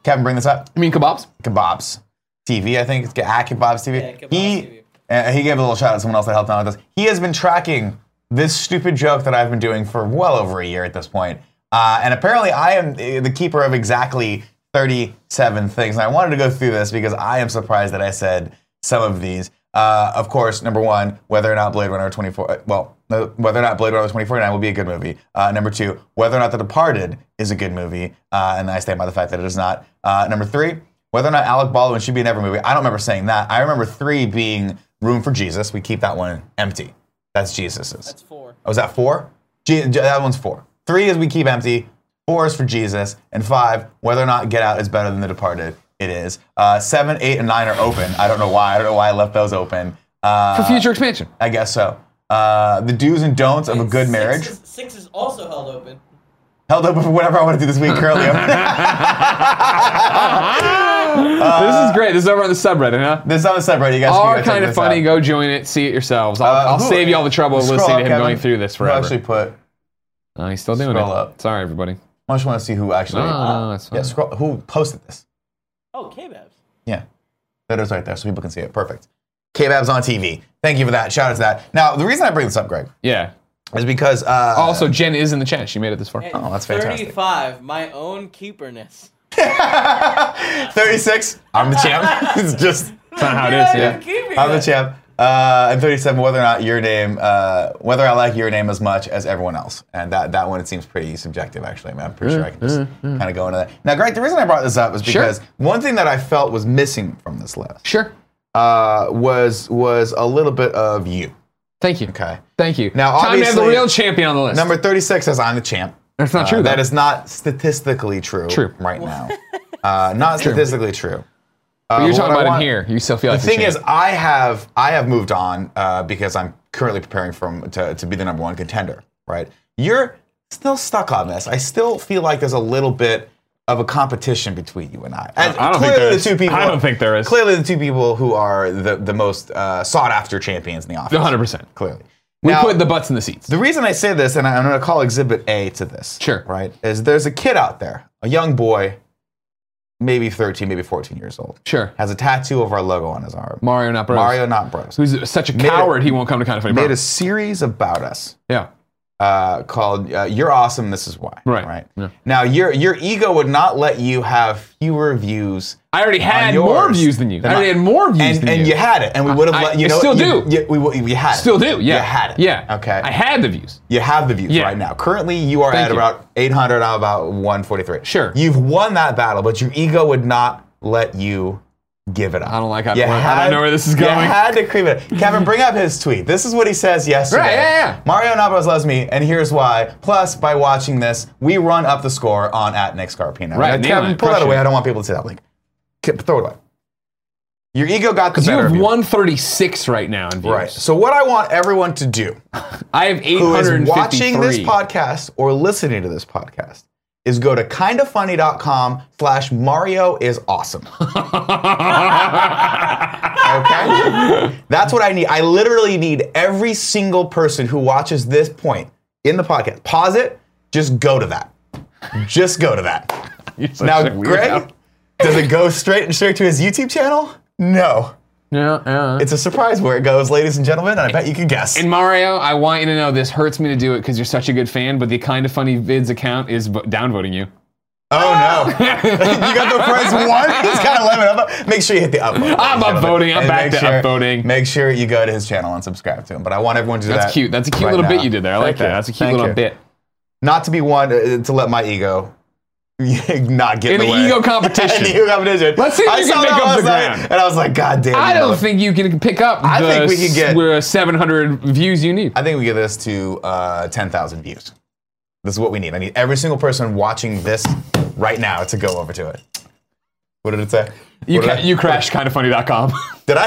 A: Kevin, bring this up.
B: I mean, kebabs.
A: Kebabs TV, I think it's at Kebabs TV.
H: Kebabs
A: he
H: TV.
A: uh, he gave a little shout out to someone else that helped out with us. He has been tracking this stupid joke that I've been doing for well over a year at this point, uh, and apparently I am uh, the keeper of exactly thirty-seven things. And I wanted to go through this because I am surprised that I said some of these. Uh, of course, number one, whether or not Blade Runner 24, uh, well, no, whether or not Blade Runner 2049 will be a good movie. Uh, number two, whether or not The Departed is a good movie, uh, and I stand by the fact that it is not. Uh, number three, whether or not Alec Baldwin should be in every movie. I don't remember saying that. I remember three being Room for Jesus. We keep that one empty. That's Jesus's.
H: It's four.
A: Oh, is that four? Je- Je- that one's four. Three is we keep empty. Four is for Jesus, and five whether or not Get Out is better than The Departed. It is. Uh, seven, eight, and nine are open. I don't know why. I don't know why I left those open. Uh,
B: For future expansion.
A: I guess so. Uh, the do's and don'ts of a good
H: Six
A: marriage.
H: Is, six is also held open.
A: Held open for whatever I want to do this week. Currently, uh,
B: this is great. This is over on the subreddit, huh?
A: this is on the subreddit. You guys can
B: Are
A: go check
B: kind of
A: this
B: funny.
A: out.
B: Go join it. See it yourselves. I'll,
A: Uh,
B: I'll
A: who-
B: save you all the trouble of
A: Scroll
B: listening
A: up,
B: to him
A: Kevin.
B: going through this
A: Who
B: forever.
A: actually put.
B: Uh, he's still doing
A: Scroll
B: it.
A: up.
B: Sorry, everybody.
A: I just want to see who actually. uh,
B: No, no, that's
A: yeah,
B: fine.
A: scroll. Who posted this?
H: Oh, K-Babs.
A: Yeah. That is right there, so people can see it. Perfect. Kebabs on TV. Thank you for that. Shout out to that. Now, the reason I bring this up, Greg,
B: Yeah.
A: is because uh,
B: Oh. Also, Jen is in the chat. She made it this far.
A: Oh, that's fantastic.
H: Thirty-five. My own keeperness.
A: 36. I'm the champ. it's just
B: That's not how it is. Yeah.
A: I'm the champ. Uh, and 37. Whether or not your name, uh, whether I like your name as much as everyone else, and that that one it seems pretty subjective actually. I mean, I'm pretty sure I can just kind of go into that. Now, Greg, the reason I brought this up is
B: Mm, Sure.
A: because one thing that I felt was missing from this list
B: Sure.
A: uh, was was a little bit of you.
B: Thank you.
A: Okay.
B: Thank you.
A: Now,
B: time to have the
A: obviously-
B: real champion on the list.
A: Number 36 says I'm the champ.
B: That's not
A: Uh,
B: true.
A: That
B: though.
A: is not statistically true.
B: True.
A: Right now. Uh, not statistically true. Uh,
B: But you're
A: but
B: talking
A: what I
B: about
A: want-
B: in here. You still feel
A: The
B: like
A: thing
B: you're
A: is, I have I have moved on uh, because I'm currently preparing from to, to be the number one contender. Right? You're still stuck on this. I still feel like there's a little bit of a competition between you and I. And
B: I don't think
A: clearly
B: there
A: the
B: is.
A: two people.
B: I don't think there is.
A: Clearly, the two people who are the the most uh, sought after champions in the office.
B: 100. percent
A: Clearly.
B: We
A: Now-
B: put the butts in the seats.
A: the reason I say this, and I- I'm going to call Exhibit A to this,
B: Sure.
A: right, is there's a kid out there, a young boy, maybe 13, maybe 14 years old,
B: Sure.
A: has a tattoo of our logo on his arm.
B: Mario not Bros.
A: Mario Not Bros. Who's
B: who's such a
A: a-
B: coward he won't come to kind of funny.
A: made
B: Bro.
A: a series about us
B: yeah.
A: uh, called uh, "You're Awesome, This Is Why."
B: Right.
A: Right.
B: Yeah.
A: Now your your ego would not let you have fewer views.
B: I already had
A: on yours
B: more views than you. I already
A: mine.
B: had more views
A: and,
B: than
A: and
B: you.
A: you. had it, and we would have
B: I-
A: let you
B: I
A: know.
B: still
A: you-
B: do.
A: You, we, we, we had it.
B: Still do. Yeah.
A: You had it.
B: Yeah.
A: Okay.
B: I had the views.
A: You have the views
B: Yeah.
A: right now. Currently, you are
B: Thank
A: at
B: you.
A: about 800. I'm about 143.
B: Sure.
A: You've won that battle, but your ego would not let you give it up.
B: I don't like how- I don't know where this is
A: You
B: going.
A: had to creep it. Kevin, bring up his tweet. This is what he says yesterday.
B: Right, yeah, yeah.
A: Mario Navas loves me, and here's why. Plus, by watching this, we run up the score on at Nick Scarpino.
B: Right,
A: Now,
B: nail
A: Kevin,
B: it.
A: pull that
B: Crush
A: away.
B: it.
A: I don't want people to see that link. K- Throw it away. Your ego got the
B: So you
A: better
B: have
A: of you.
B: 136 right now in views.
A: Right. So what I want everyone to do
B: I have
A: who is
B: 853.
A: watching this podcast or listening to this podcast is go to kindoffunny.com slash Mario is awesome. okay? That's what I need. I literally need every single person who watches this point in the podcast. Pause it, just go to that. Just go to that.
B: You're such
A: Now,
B: a weirdo.
A: Greg, does it go straight and straight to his YouTube channel? No.
B: Yeah, yeah.
A: It's a surprise where it goes, ladies and gentlemen, and I bet you can guess.
B: and Mario, I want you to know this hurts me to do it because you're such a good fan, but the kind of funny vids account is vo- downvoting you.
A: Oh no! you got the prize one. It's kind of lemon. Up. Make sure you hit the upvote.
B: I'm upvoting. I'm
A: And
B: back
A: make
B: to
A: sure-
B: upvoting.
A: Make sure you go to his channel and subscribe to him. But I want everyone to do
B: That's
A: that.
B: cute. That's a cute
A: right
B: little
A: now.
B: bit you did there. I
A: Thank
B: like that.
A: you.
B: That's a cute
A: Thank
B: little
A: you.
B: bit.
A: Not to be one uh, to let my ego not get in
B: In
A: the
B: an
A: way.
B: ego
A: In
B: competition.
A: the ego competition.
B: Let's see if
A: I
B: you can
A: saw
B: make
A: that
B: up
A: last
B: the
A: night,
B: ground.
A: And I was like, God damn.
B: I
A: you
B: don't
A: motherfucker.
B: think you can pick up the
A: I think we could get-
B: s- 700 views you need.
A: I think we get this to uh, ten thousand views. This is what we need. I need every single person watching this right now to go over to it. What did it say?
B: You,
A: What did
B: ca-
A: I-
B: you crashed kindoffunny.com.
A: Did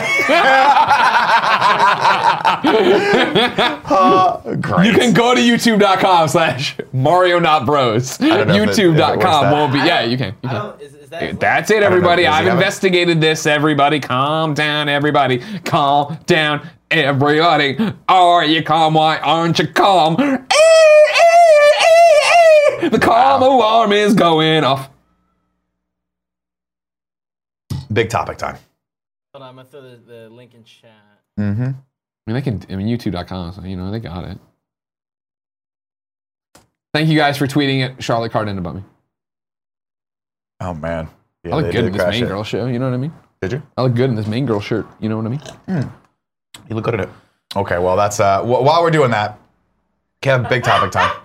A: I? uh, great.
B: you can go to youtube.com slash Mario Not Bros.
A: don't know if it- if it works that.
B: YouTube.com won't be. Yeah, you can. You
H: I
B: can.
H: don't, is, is that
B: That's it,
A: know.
B: everybody.
A: Does he
B: I've
A: have it?
B: investigated this. Everybody, calm down. Everybody, calm down. Everybody, are you calm? Why aren't you calm? Eh, eh, eh, eh. The calm alarm is going off.
A: Big topic time.
H: Hold on, I'm gonna throw the, the link in chat.
B: Mm-hmm. I mean, they can. I mean, YouTube.com. So you know, they got it. Thank you guys for tweeting at Charlotte Cardin about me.
A: Oh man. Yeah,
B: I
A: they
B: look
A: did
B: good in this
A: crash
B: main
A: it.
B: girl show. You know what I mean?
A: Did you?
B: I look good in this main girl shirt. You know what I mean?
A: You look good at it. Okay. Well, that's uh. wh- while we're doing that, Kev, big topic time.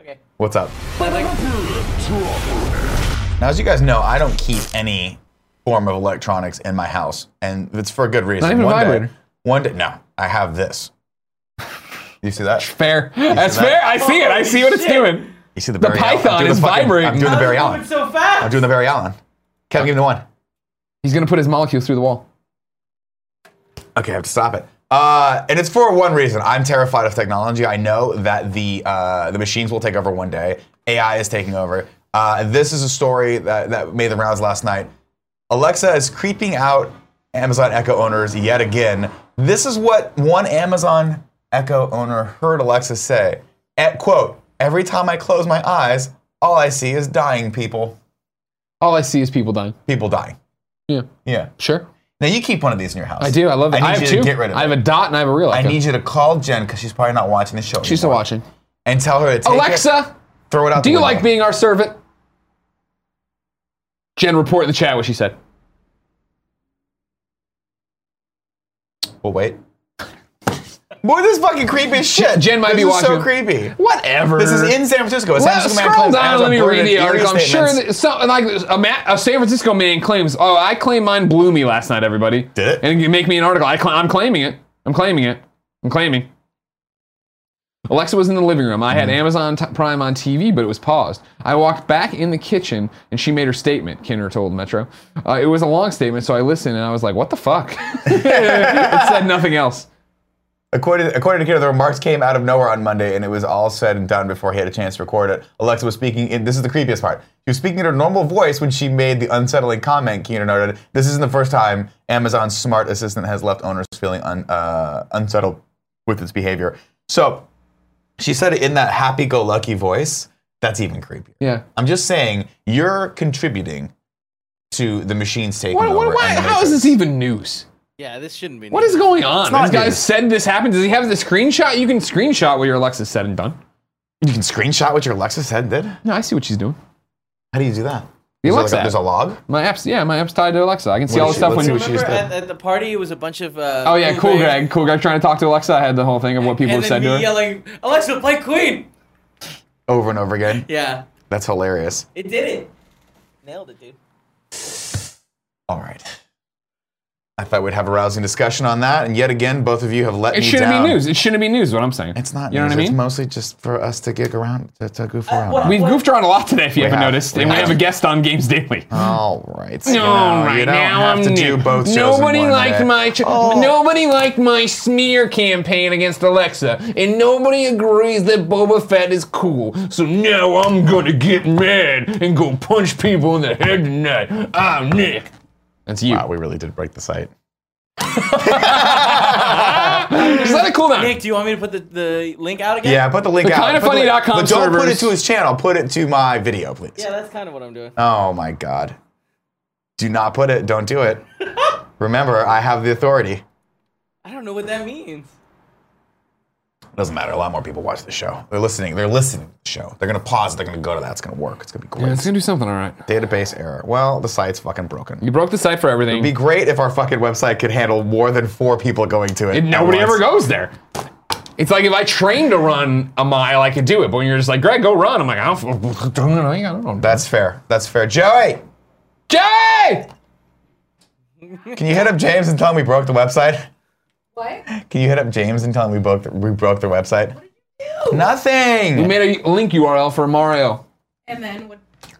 H: Okay.
A: What's up? Now, as you guys know, I don't keep any form of electronics in my house, and it's for a good reason.
B: even a
A: one day,
B: vibrator.
A: one day, no, I have this. You see that?
B: Fair. That's
A: that?
B: fair. I see it. I see what it's
H: Holy shit.
B: doing.
A: You see the,
B: The
A: Barry Allen- I'm
B: python
A: doing
B: is
A: the fucking- I'm
B: vibrating.
A: doing the Barry
H: Moving
A: Allen.
H: so fast.
A: I'm doing the Barry Allen. Kevin, give me the one.
B: He's gonna put his molecules through the wall.
A: Okay, I have to stop it. Uh, and it's for one reason. I'm terrified of technology. I know that the uh, the machines will take over one day. AI is taking over. Uh, this is a story that, that made the rounds last night. Alexa is creeping out Amazon Echo owners yet again. This is what one Amazon Echo owner heard Alexa say. At, quote, every time I close my eyes, all I see is dying people.
B: All I see is people dying.
A: People dying.
B: Yeah.
A: Yeah.
B: Sure.
A: Now you keep one of these in your house.
B: I do. I love
A: I
B: that.
A: need
B: I, have
A: you
B: two.
A: to get rid of
B: I
A: it.
B: have a dot and I have a real.
A: I
B: Echo.
A: need you to call Jen because she's probably not watching the show.
B: She's still
A: anymore,
B: watching.
A: And tell her to take it,
B: Alexa,
A: throw it out.
B: do
A: the
B: you
A: window.
B: like being our servant? Jen, report in the chat what she said.
A: We'll wait. Boy, this is fucking creepy as shit.
B: Jen might
A: this
B: be
A: is
B: watching.
A: so creaper. creepy.
B: Whatever.
A: This is in San Francisco. A San
B: Let,
A: Francisco man
B: scroll
A: claims
B: down.
A: Amazon
B: and Let me
A: blurted
B: read the
A: eerie
B: article. I'm sure
A: statements.
B: that, so, like a, ma- a San Francisco man claims, "Oh, I claim mine blew me last night, everybody."
A: Did it?
B: And you make me an article. I cla I'm claiming it. I'm claiming it. I'm claiming. Alexa was in the living room. I had
A: Mm-hmm.
B: Amazon t- Prime on TV, but it was paused. I walked back in the kitchen, and she made her statement. Kinner told Metro, uh, "It was a long statement, so I listened, and I was like, what the fuck?" it said nothing else.
A: According, according to Kira, the remarks came out of nowhere on Monday, and it was all said and done before he had a chance to record it. Alexa was speaking in, this is the creepiest part. She was speaking in her normal voice when she made the unsettling comment, Keener noted. This isn't the first time Amazon's smart assistant has left owners feeling un, uh, unsettled with its behavior. So she said it in that happy go lucky voice. That's even creepier.
B: Yeah.
A: I'm just saying, you're contributing to the machines taking
B: What,
A: over.
B: what, why,
A: and the
B: how is
A: matrix.
B: this even news?
D: Yeah, this shouldn't be.
B: What is going on?
A: not
B: This guy
A: news.
B: said this happened. Does he have the screenshot? You can screenshot what your Alexa said and done.
A: You can screenshot what your Alexa said, did?
B: No, I see what she's doing.
A: How do you do that?
B: The
A: Is it like
B: Alexa
A: a-
B: app.
A: there's a log?
B: My app's yeah, my app's tied to Alexa. I can
A: What
B: see all the
A: is she-
B: stuff
A: let's
B: when
A: see
B: you.
A: what she-
D: Remember
A: She's
D: at,
A: the-
D: at the party, it was a bunch of. Uh,
B: Oh yeah, cool
D: Greg.
B: Greg, cool Greg trying to talk to Alexa. I had the whole thing of what people
D: and
B: have said to
D: then me
B: her.
D: yelling, Alexa, play Queen.
A: Over and over again.
D: Yeah,
A: That's hilarious.
D: it did it. Nailed it, dude.
A: All right. I thought we'd have a rousing discussion on that, and yet again, both of you have let
B: It
A: me
B: shouldn't
A: down.
B: be news. It shouldn't be news. What I'm saying.
A: It's not.
B: You know
A: news.
B: what I mean? Uh,
A: It's mostly just for us to gig around, to, to goof around.
D: what-
B: We've
D: Well-
B: goofed around a lot today, if you haven't
A: have.
B: noticed,
A: We
B: and we
A: have.
B: have a guest on Games Daily.
A: All right.
B: No, right
A: you don't
B: now
A: have
B: I'm
A: to
B: new.
A: do both shows. in
B: nobody
A: one
B: liked
A: day.
B: my ch-
A: Oh.
B: nobody liked my smear campaign against Alexa, and nobody agrees that Boba Fett is cool. So now I'm gonna get mad and go punch people in the head tonight. I'm Nick. That's you.
A: Wow, Ah, we really did break the site.
B: Just let it cool down.
D: Nick, do you want me to put the, the link out again?
A: Yeah, put the link
B: The
A: out. Put the link-
B: kindafunny.com
A: But don't put it
B: servers.
A: to his channel. Put it to my video, please.
D: Yeah, that's kind of what I'm doing.
A: Oh my God. Do not put it. Don't do it. Remember, I have the authority.
D: I don't know what that means.
A: Doesn't matter. A lot more people watch the show. They're listening. They're listening to the show. They're going to pause. it. They're going to go to that. It's going to work. It's going to be great.
B: Yeah, it's gonna do something, all right.
A: Database error. Well, the site's fucking broken.
B: You broke the site for everything.
A: It'd be great if our fucking website could handle more than four people going to it.
B: And
A: at
B: nobody
A: once.
B: ever goes there. It's like if I trained to run a mile, I could do it. But when you're just like, Greg, go run, I'm like, I don't, I don't know. I don't know.
A: That's fair. That's fair. Joey,
B: Jay!
A: can you hit up James and tell him we broke the website?
C: What?
A: Can you hit up James and tell him we broke the, we broke their website? Nothing.
B: We made a link URL for Mario.
C: And then what,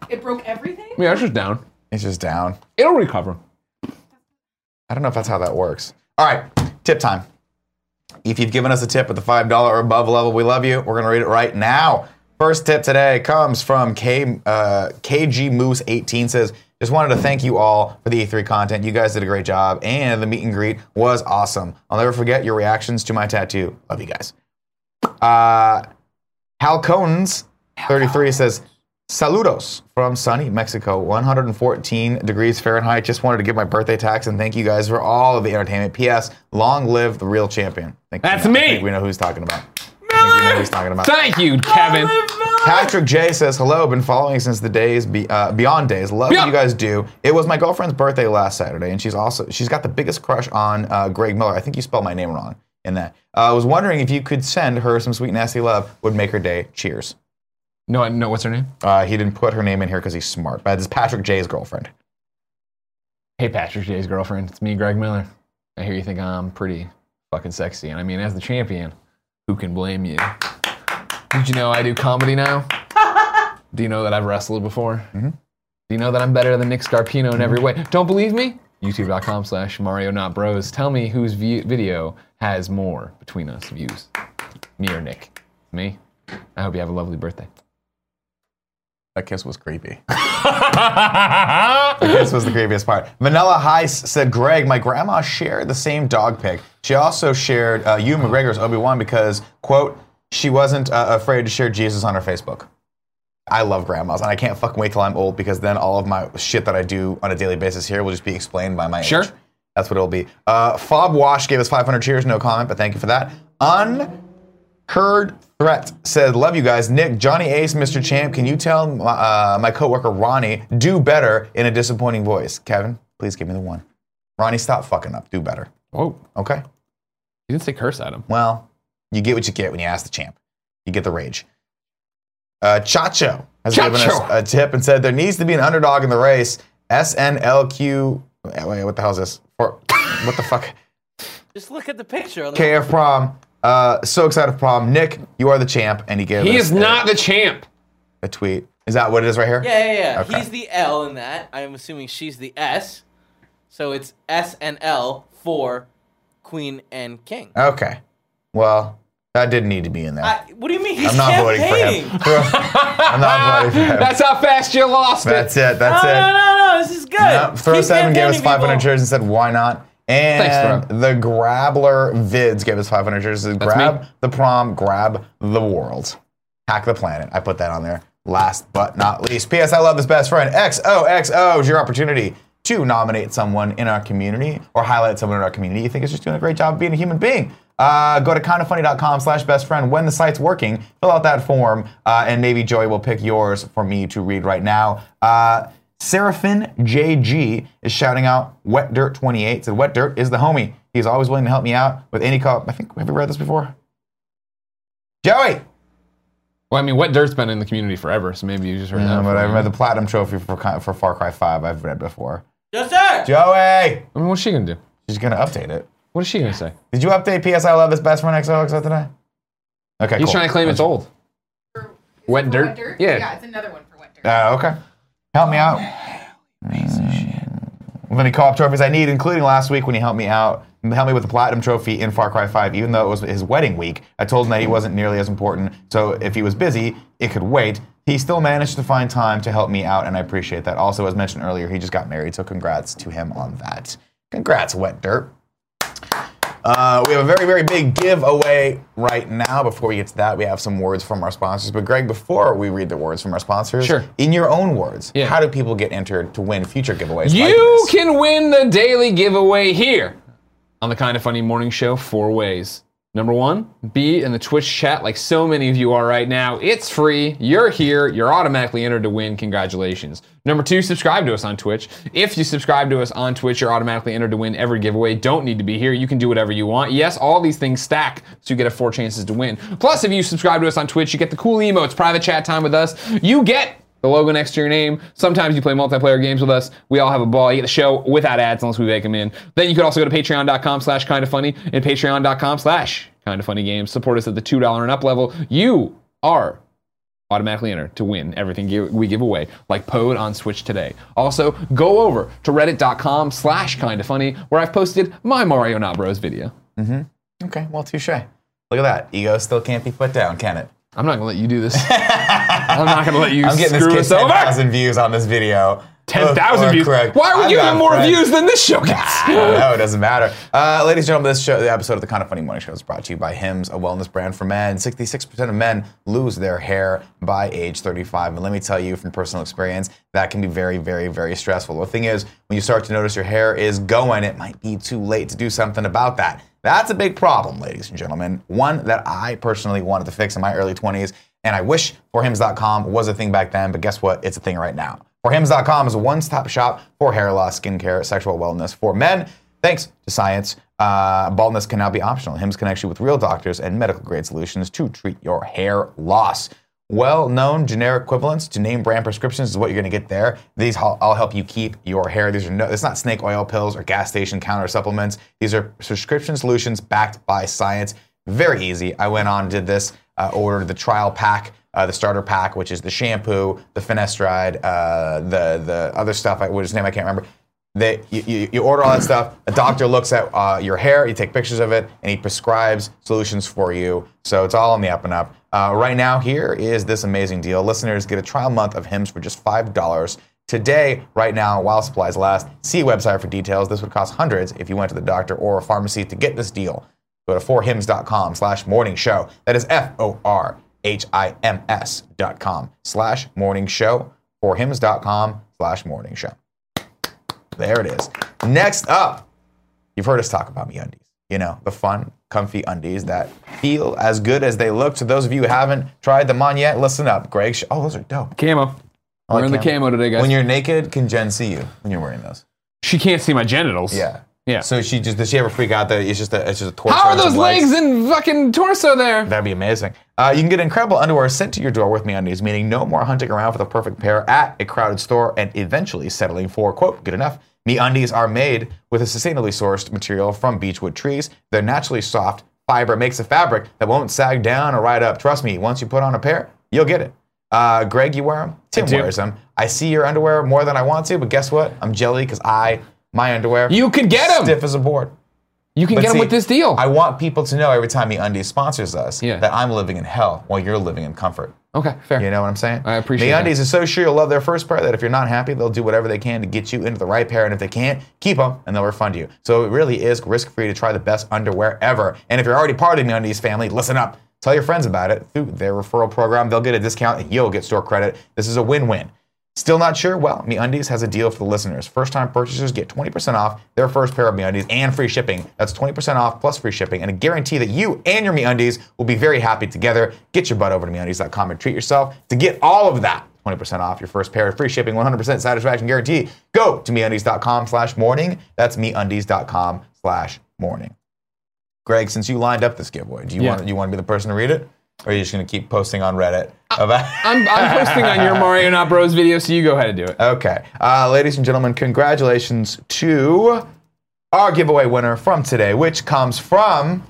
C: it broke everything?
B: Yeah, it's just down.
A: it's just down.
B: It'll recover.
A: I don't know if that's how that works. All right, tip time. If you've given us a tip at the $5 or above level, we love you. We're going to read it right now. First tip today comes from K, uh, KG Moose 18 says, just wanted to thank you all for the E3 content. You guys did a great job, and the meet and greet was awesome. I'll never forget your reactions to my tattoo. Love you guys. Uh, Hal Cones, 33, says, Saludos from sunny Mexico, 114 degrees Fahrenheit. Just wanted to give my birthday tax and thank you guys for all of the entertainment. P.S. Long live the real champion. Think we
B: That's
A: know-
B: me.
A: I think we know who he's talking about. I think we know who he's talking about.
B: Thank you, Kevin.
A: Patrick J says, "Hello, been following since the days be, uh, beyond days. Love
B: Yeah.
A: what you guys do. It was my girlfriend's birthday last Saturday, and she's also she's got the biggest crush on uh, Greg Miller. I think you spelled my name wrong in that. Uh, I was wondering if you could send her some sweet nasty love. Would make her day. Cheers.
B: No, I- no, what's her name?
A: Uh, he didn't put her name in here because he's smart. But it's Patrick J's girlfriend.
B: Hey, Patrick Jay's girlfriend. It's me, Greg Miller. I hear you think I'm pretty fucking sexy. And I mean, as the champion, who can blame you? Did you know I do comedy now? do you know that I've wrestled before? Mm-hmm. Do you know that I'm better than Nick Scarpino in every way? Don't believe me? YouTube.com slash Mario Not Bros. Tell me whose view- video has more between us views, me or Nick? Me. I hope you have a lovely birthday.
A: That kiss was creepy. this was the creepiest part. Vanilla Heist said, Greg, my grandma shared the same dog pic. She also shared uh, you McGregor's Obi Wan because, quote, she wasn't uh, afraid to share Jesus on her Facebook. I love grandmas, and I can't fucking wait till I'm old because then all of my shit that I do on a daily basis here will just be explained by my
B: Sure.
A: age. That's what it'll be. Uh, Fob Wash gave us 500 cheers, no comment, but thank you for that. Un Curd Threat said, "Love you guys, Nick, Johnny Ace, Mr. Champ. Can you tell my, uh, my coworker Ronnie do better in a disappointing voice? Kevin, please give me the one. Ronnie, stop fucking up. Do better.
B: Oh,
A: Okay.
B: you didn't say curse at him.
A: Well, you get what you get when you ask the champ. You get the rage. Uh, Chacho has given us
B: Chacho.
A: a tip and said there needs to be an underdog in the race. SNLQ. eh, Wait, what the hell is this? Or, what the fuck?
D: Just look at the picture. on the-
A: KF Prom. Uh, so excited for prom. Nick, you are the champ, and he gave
B: He
A: us
B: is not the champ.
A: a, a tweet. Is that what it is right here?
D: Yeah, yeah, yeah.
A: Okay.
D: He's the L in that. I'm assuming she's the S. So it's S and L for queen and king.
A: Okay. Well, that didn't need to be in there.
D: I, what do you mean?
A: I'm
D: He's
A: not voting for
D: campaigning.
A: him. I'm not voting for him.
B: That's how fast you lost it.
A: That's it. That's
D: No,
A: it.
D: no, no, no. This is good.
A: No, throw
D: Keep
A: seven gave us
D: campaigning,
A: 500
D: people.
A: shares and said, why not? And
B: Thanks,
A: the Grabler vids gave us 500 shares and said,
B: That's
A: grab
B: me.
A: the prom, grab the world, hack the planet. I put that on there. Last but not least, P.S. I love this best friend. XOXO is your opportunity to nominate someone in our community or highlight someone in our community you think is just doing a great job of being a human being. Uh, go to kindoffunny.com slash best friend when the site's working. Fill out that form, uh, and maybe Joey will pick yours for me to read right now. Uh, Seraphin JG is shouting out Wet Dirt 28. Said Wet Dirt is the homie. He's always willing to help me out with any call. I think have we read this before? Joey.
B: Well, I mean, Wet Dirt's been in the community forever, so maybe you just heard that.
A: Um, but I
B: from-
A: remember the platinum trophy for Ki- for Far Cry 5. I've read before.
D: Yes, sir.
A: Joey.
B: I mean, what's she gonna do?
A: She's gonna update it.
B: What is she gonna say?
A: Did you update PS I Love This Best Friend XOXO today? Okay.
B: He's
A: cool.
B: trying to claim it's old. Wet dirt? Yeah.
C: Yeah. it's another one for wet dirt.
A: Uh, okay. Help me out. Piece of shit. co-op trophies I need, including last week when he helped me out, helped me with the platinum trophy in Far Cry 5, even though it was his wedding week. I told him that he wasn't nearly as important, so if he was busy, it could wait. He still managed to find time to help me out, and I appreciate that. Also, as mentioned earlier, he just got married, so congrats to him on that. Congrats, Wet Dirt. Uh, we have a very, very big giveaway right now. Before we get to that, we have some words from our sponsors. But Greg, before we read the words from our sponsors,
B: Sure.
A: in your own words,
B: Yeah.
A: how do people get entered to win future giveaways? like
B: You
A: this?
B: can win the daily giveaway here on the Kind of Funny Morning Show four ways. Number one, be in the Twitch chat like so many of you are right now. It's free. You're here. You're automatically entered to win. Congratulations. Number two, subscribe to us on Twitch. If you subscribe to us on Twitch, you're automatically entered to win every giveaway. Don't need to be here. You can do whatever you want. Yes, all these things stack, so you get a four chances to win. Plus, if you subscribe to us on Twitch, you get the cool emotes, private chat time with us. You get the logo next to your name. Sometimes you play multiplayer games with us. We all have a ball. You get the show without ads unless we make them in. Then you could also go to patreon.com slash kind of funny and patreon.com slash kind of funny games. Support us at the $2 and up level. You are automatically entered to win everything gi- we give away, like Pode on Switch today. Also, go over to reddit.com slash kind of funny where I've posted my Mario Not Bros video.
A: Okay, well, touche. Look at that. Ego still can't be put down, can it?
B: I'm not going to let you do this. I'm not going to let you
A: I'm getting
B: screw
A: this
B: us
A: kid
B: over.
A: 10,000 views on this video. Or-
B: 10,000
A: or
B: views.
A: Oh, correct.
B: Why
A: I'm
B: would you
A: not
B: have more
A: correct.
B: views than this show gets?
A: no, it doesn't matter. Uh, ladies and gentlemen, this show, the episode of the Kind of Funny Morning Show is brought to you by Hims, a wellness brand for men. 66% of men lose their hair by age 35. And let me tell you from personal experience, that can be very, very, very stressful. The thing is, when you start to notice your hair is going, it might be too late to do something about that. That's a big problem, ladies and gentlemen. One that I personally wanted to fix in my early 20s. And I wish forhims.com was a thing back then, but guess what? It's a thing right now. Forhims.com is a one stop shop for hair loss, skincare, sexual wellness for men. Thanks to science, uh, baldness can now be optional. Hims connects you with real doctors and medical grade solutions to treat your hair loss. Well known generic equivalents to name brand prescriptions is what you're going to get there. These all all help you keep your hair. These are no, it's not snake oil pills or gas station counter supplements. These are prescription solutions backed by science. Very easy. I went on, did this, uh, ordered the trial pack, uh, the starter pack, which is the shampoo, the finasteride, uh, the the other stuff. I, what his name? I can't remember. They, you, you, you order all that stuff. A doctor looks at uh, your hair, you take pictures of it, and he prescribes solutions for you. So it's all on the up and up. Uh, right now, here is this amazing deal. Listeners get a trial month of Hims for just five dollars today, right now, while supplies last. See website for details. This would cost hundreds if you went to the doctor or a pharmacy to get this deal. Go to forhims.com slash morning show. That is F O R H I M S dot com slash morning show. Forhims.com slash morning show. There it is. Next up, you've heard us talk about MeUndies. you know, the fun, comfy undies that feel as good as they look. To those of you who haven't tried them on yet, listen up. Greg, Sh- oh, those are dope.
B: Camo.
A: like
B: We're in the
A: camo.
B: camo today, guys.
A: When you're naked, can Jen see you when you're wearing those?
B: she can't see my genitals.
A: Yeah.
B: Yeah.
A: So she just does she ever freak out that it's just a it's just a torso?
B: How are
A: and some
B: those legs and fucking torso there?
A: That'd be amazing. Uh, you can get incredible underwear sent to your door with MeUndies, meaning no more hunting around for the perfect pair at a crowded store and eventually settling for quote good enough. MeUndies are made with a sustainably sourced material from beechwood trees. They're naturally soft. Fiber makes a fabric that won't sag down or ride up. Trust me, once you put on a pair, you'll get it. Uh, Greg, you wear them. Tim
B: do.
A: wears them. I see your underwear more than I want to, but guess what? I'm jelly because I my underwear
B: You could get 'em.
A: stiff as a board.
B: You can
A: But
B: get them
A: see,
B: with this deal.
A: I want people to know every time MeUndies sponsors us
B: Yeah.
A: that I'm living in hell while you're living in comfort.
B: okay, fair.
A: You know what I'm saying?
B: I appreciate that.
A: MeUndies is so sure you'll love their first pair that if you're not happy, they'll do whatever they can to get you into the right pair. And if they can't, keep them and they'll refund you. So it really is risk free to try the best underwear ever. And if you're already part of the MeUndies family, listen up. Tell your friends about it through their referral program. They'll get a discount and you'll get store credit. This is a win win. Still not sure? Well, MeUndies has a deal for the listeners. First-time purchasers get 20% off their first pair of MeUndies and free shipping. That's 20% off plus free shipping and a guarantee that you and your MeUndies will be very happy together. Get your butt over to MeUndies.com and treat yourself to get all of that. 20% off your first pair, free shipping, 100% satisfaction guarantee. Go to MeUndies.com slash morning. That's MeUndies.com slash morning. Greg, since you lined up this giveaway, do you,
B: Yeah.
A: want, you want to be the person to read it? Or are you just going to keep posting on Reddit about...
B: Uh, I'm, I'm posting on your Mario Not Bros video, so you go ahead and do it.
A: Okay. Uh, ladies and gentlemen, congratulations to our giveaway winner from today, which comes from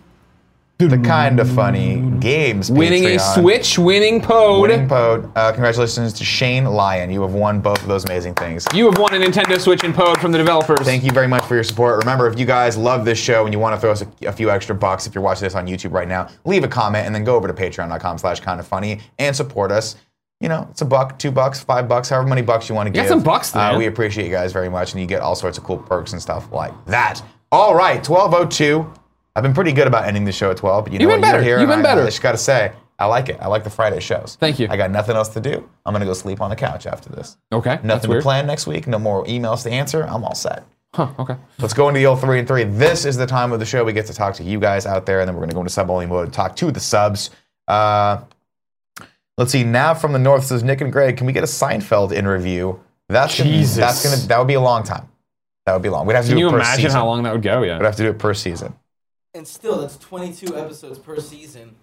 A: the Kind of Funny Games
B: Winning
A: Patreon.
B: a Switch, winning Pode.
A: Winning Pode. Uh, congratulations to Shane Lyon. You have won both of those amazing things.
B: You have won a Nintendo Switch and Pode from the developers.
A: Thank you very much for your support. Remember, if you guys love this show and you want to throw us a, a few extra bucks, if you're watching this on YouTube right now, leave a comment and then go over to patreon.com slash kind of funny and support us. You know, it's a buck, two bucks, five bucks, however many bucks you want to
B: got
A: give.
B: some bucks
A: Uh,
B: there.
A: we appreciate you guys very much, and you get all sorts of cool perks and stuff like that. All right, 1202. I've been pretty good about ending the show at 12, but you know
B: You've
A: what?
B: been
A: You're
B: better.
A: here,
B: You've
A: and
B: been
A: I-
B: better.
A: I just got to say, I like it. I like the Friday shows.
B: Thank you.
A: I got nothing else to do. I'm going to go sleep on the couch after this.
B: Okay, that's
A: Nothing to
B: weird.
A: plan next week. No more emails to answer. I'm all set.
B: Huh, okay.
A: Let's go into the old three and three. This is the time of the show we get to talk to you guys out there, and then we're going to go into sub only mode and talk to the subs. Uh, let's see. Nav from the north says Nick and Greg, can we get a Seinfeld in review? That's gonna,
B: Jesus.
A: That's gonna that would be a long time. That would be long. We'd have to
B: Can
A: do
B: you
A: it per
B: imagine
A: season.
B: how long that would go?
A: We'd
B: Yeah.
A: have to do it per season.
D: And still, that's 22 episodes per season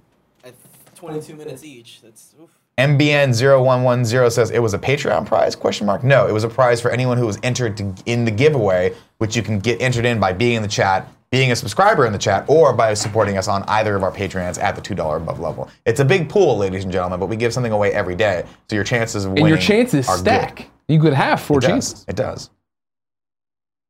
D: at 22 minutes each. That's oof.
A: MBN0110 says it was a Patreon prize? Question mark. No, it was a prize for anyone who was entered to, in the giveaway, which you can get entered in by being in the chat, being a subscriber in the chat, or by supporting us on either of our Patreons at the two dollar above level. It's a big pool, ladies and gentlemen, but we give something away every day, so your chances of winning
B: And your chances
A: are
B: stack.
A: Good.
B: You could have four
A: It
B: chances.
A: does. It does.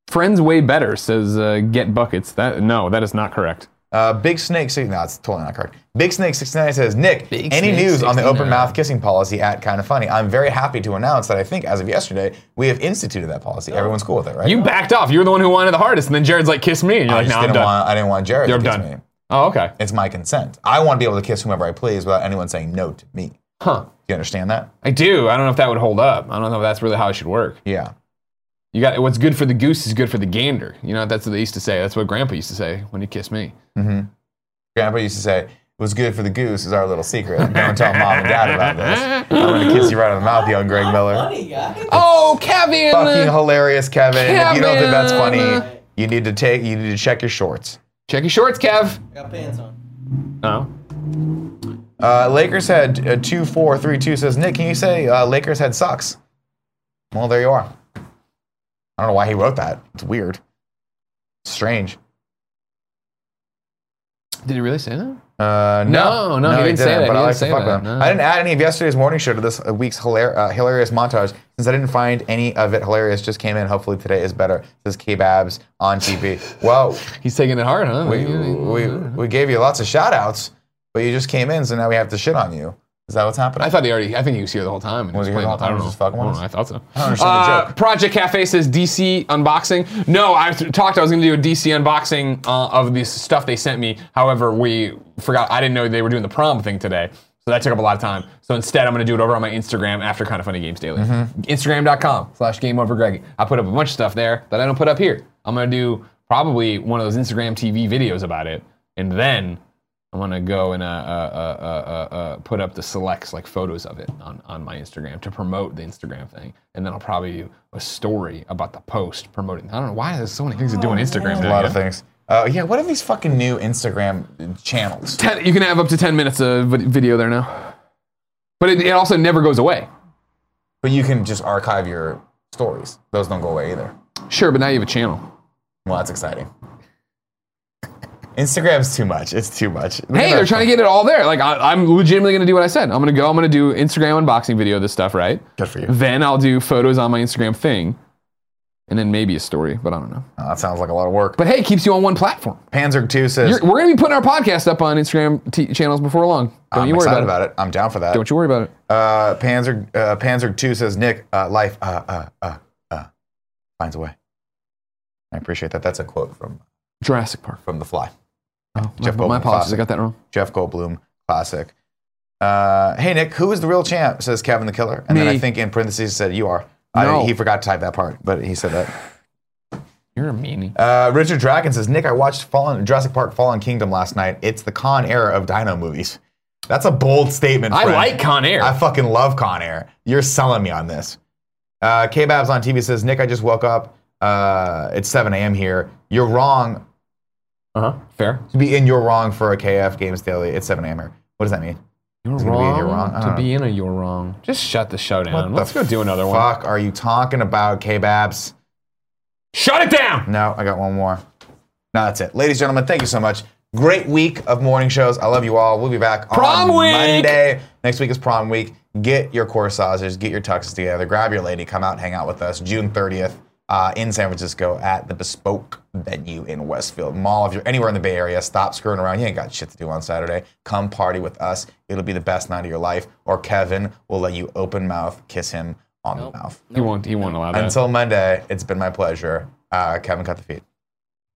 B: Friends way better says uh, get buckets. That no, that is not correct.
A: Uh, Big Snake, six- no, it's totally not correct. Big Snake 69 says, Nick,
B: Big
A: any
B: Snake
A: news on the
B: 69.
A: open mouth kissing policy at Kind of Funny? I'm very happy to announce that I think as of yesterday, we have instituted that policy. Everyone's cool with it, right?
B: Oh. You backed off. You were the one who wanted the hardest, and then Jared's like, "Kiss me," and you're
A: I
B: like, "No,
A: just
B: I'm
A: didn't
B: done."
A: want, I didn't want Jared
B: You're
A: to kiss
B: done.
A: me.
B: Oh, okay.
A: It's my consent. I want to be able to kiss whomever I please without anyone saying no to me. Do
B: Huh.
A: you understand that?
B: I do. I don't know if that would hold up. I don't know if that's really how it should work.
A: Yeah.
B: You got what's good for the goose is good for the gander. You know that's what they used to say. That's what Grandpa used to say when he kissed me.
A: Grandpa used to say, what's good for the goose is our little secret. Don't tell mom and dad about this. I'm going to kiss you right on the mouth, young Greg Miller.
D: funny, guys.
B: Oh, Kevin!
A: Fucking hilarious, Kevin. If you don't think that's funny,
B: Kevin.
A: you need to take, you need to check your shorts.
B: Check your shorts, Kev.
D: I got pants on.
B: Oh,
A: Uh, Lakers had uh, two four three two says Nick. Can you say uh, Lakers had sucks? Well, there you are. I don't know why he wrote that. It's weird. Strange.
B: did he really say that?
A: Uh,
B: No, no, he didn't say
A: But
B: that. He
A: I
B: didn't
A: like to
B: say
A: fuck with
B: that.
A: him.
B: No.
A: I didn't add any of yesterday's morning show to this uh, week's hilar- uh, hilarious montage since I didn't find any of it hilarious. Just came in. Hopefully today is better. Says K Babs on TV. well,
B: He's taking it hard, huh?
A: we, we we gave you lots of shout outs, but you just came in, so now we have to shit on you. Is that what's happening?
B: I thought he already. I think he was here the whole time. and
A: Was he
B: just
A: here the whole
B: playing-
A: time?
B: I don't know.
A: Just fucking
B: I don't
A: with
B: know. I
A: us?
B: thought so.
A: I don't understand the
B: Uh,
A: joke.
B: Project Cafe says DC unboxing. No, I th- talked. I was going to do a DC unboxing uh, of this stuff they sent me. However, we forgot. I didn't know they were doing the prom thing today, so that took up a lot of time. So instead, I'm going to do it over on my Instagram after Kind of Funny Games Daily.
A: Mm-hmm.
B: Instagram.com/slash Game Over Greg. I put up a bunch of stuff there that I don't put up here. I'm going to do probably one of those Instagram TV videos about it, and then I'm gonna go and uh, uh, uh, uh, uh, uh, put up the selects like photos of it on, on my Instagram to promote the Instagram thing, and then I'll probably do a story about the post promoting. I don't know why there's so many things to do on Instagram.
A: Oh, a
B: dude,
A: lot
B: you
A: of
B: know?
A: things. Uh, yeah, what are these fucking new Instagram channels?
B: Ten, you can have up to ten minutes of vid- video there now, but it, it also never goes away.
A: But you can just archive your stories. Those don't go away either.
B: Sure, but now you have a channel.
A: Well, that's exciting. Instagram's too much. It's too much.
B: Hey, they're trying to get it all there. Like I, I'm legitimately gonna do what I said. I'm gonna go. I'm gonna do Instagram unboxing video of this stuff, right?
A: Good for you.
B: Then I'll do photos on my Instagram thing, and then maybe a story, but I don't know.
A: Oh, that sounds like a lot of work.
B: But hey, it keeps you on one platform.
A: Panzer 2 says,
B: You're, we're gonna be putting our podcast up on Instagram t- channels before long. Don't
A: I'm
B: you worry
A: excited
B: about it.
A: about it. I'm down for that.
B: Don't you worry about it.
A: Uh, Panzer uh, Panzer Two says Nick uh, life uh, uh, uh, uh, finds a way. I appreciate that. That's a quote from
B: Jurassic Park.
A: from The Fly.
B: Oh, my,
A: Jeff
B: my
A: Goldblum
B: apologies.
A: classic.
B: I got that wrong.
A: Jeff Goldblum classic. Uh, hey Nick, who is the real champ? Says Kevin the Killer. And then I
B: Me.
A: think in parentheses said you are.
B: No.
A: I, he forgot to type that part, but he said that.
B: You're a meanie.
A: Uh, Richard Dragon says Nick, I watched Fallen Jurassic Park: Fallen Kingdom last night. It's the Con Era of dino movies. That's a bold statement.
B: I
A: friend.
B: like Con Air.
A: I fucking love Con Air. You're selling me on this. Uh, K-Babs on TV says, Nick, I just woke up. Uh, it's 7 a.m. here. You're wrong. Uh-huh.
B: uh huh. Fair.
A: To be in, you're wrong for a KF Games Daily. It's 7 a.m. here. What does that mean?
B: You're
A: gonna be in
B: wrong,
A: your wrong- I
B: to
A: don't
B: be in a you're wrong. Just shut the show down.
A: the
B: Let's go do another one.
A: Fuck, are you talking about K-Babs?
B: Shut it down.
A: No, I got one more. No, that's it. Ladies and gentlemen, thank you so much. Great week of morning shows. I love you all. We'll be back
B: Prom
A: on
B: week!
A: Monday. Next week is prom week. Get your corsages, get your tuxes together, grab your lady, come out, hang out with us June 30th uh, in San Francisco at the Bespoke venue in Westfield Mall. If you're anywhere in the Bay Area, stop screwing around. You ain't got shit to do on Saturday. Come party with us. It'll be the best night of your life. Or Kevin will let you open mouth kiss him on the mouth.
B: He won't. He won't allow that.
A: Until Monday, it's been my pleasure. Uh, Kevin, cut the feed.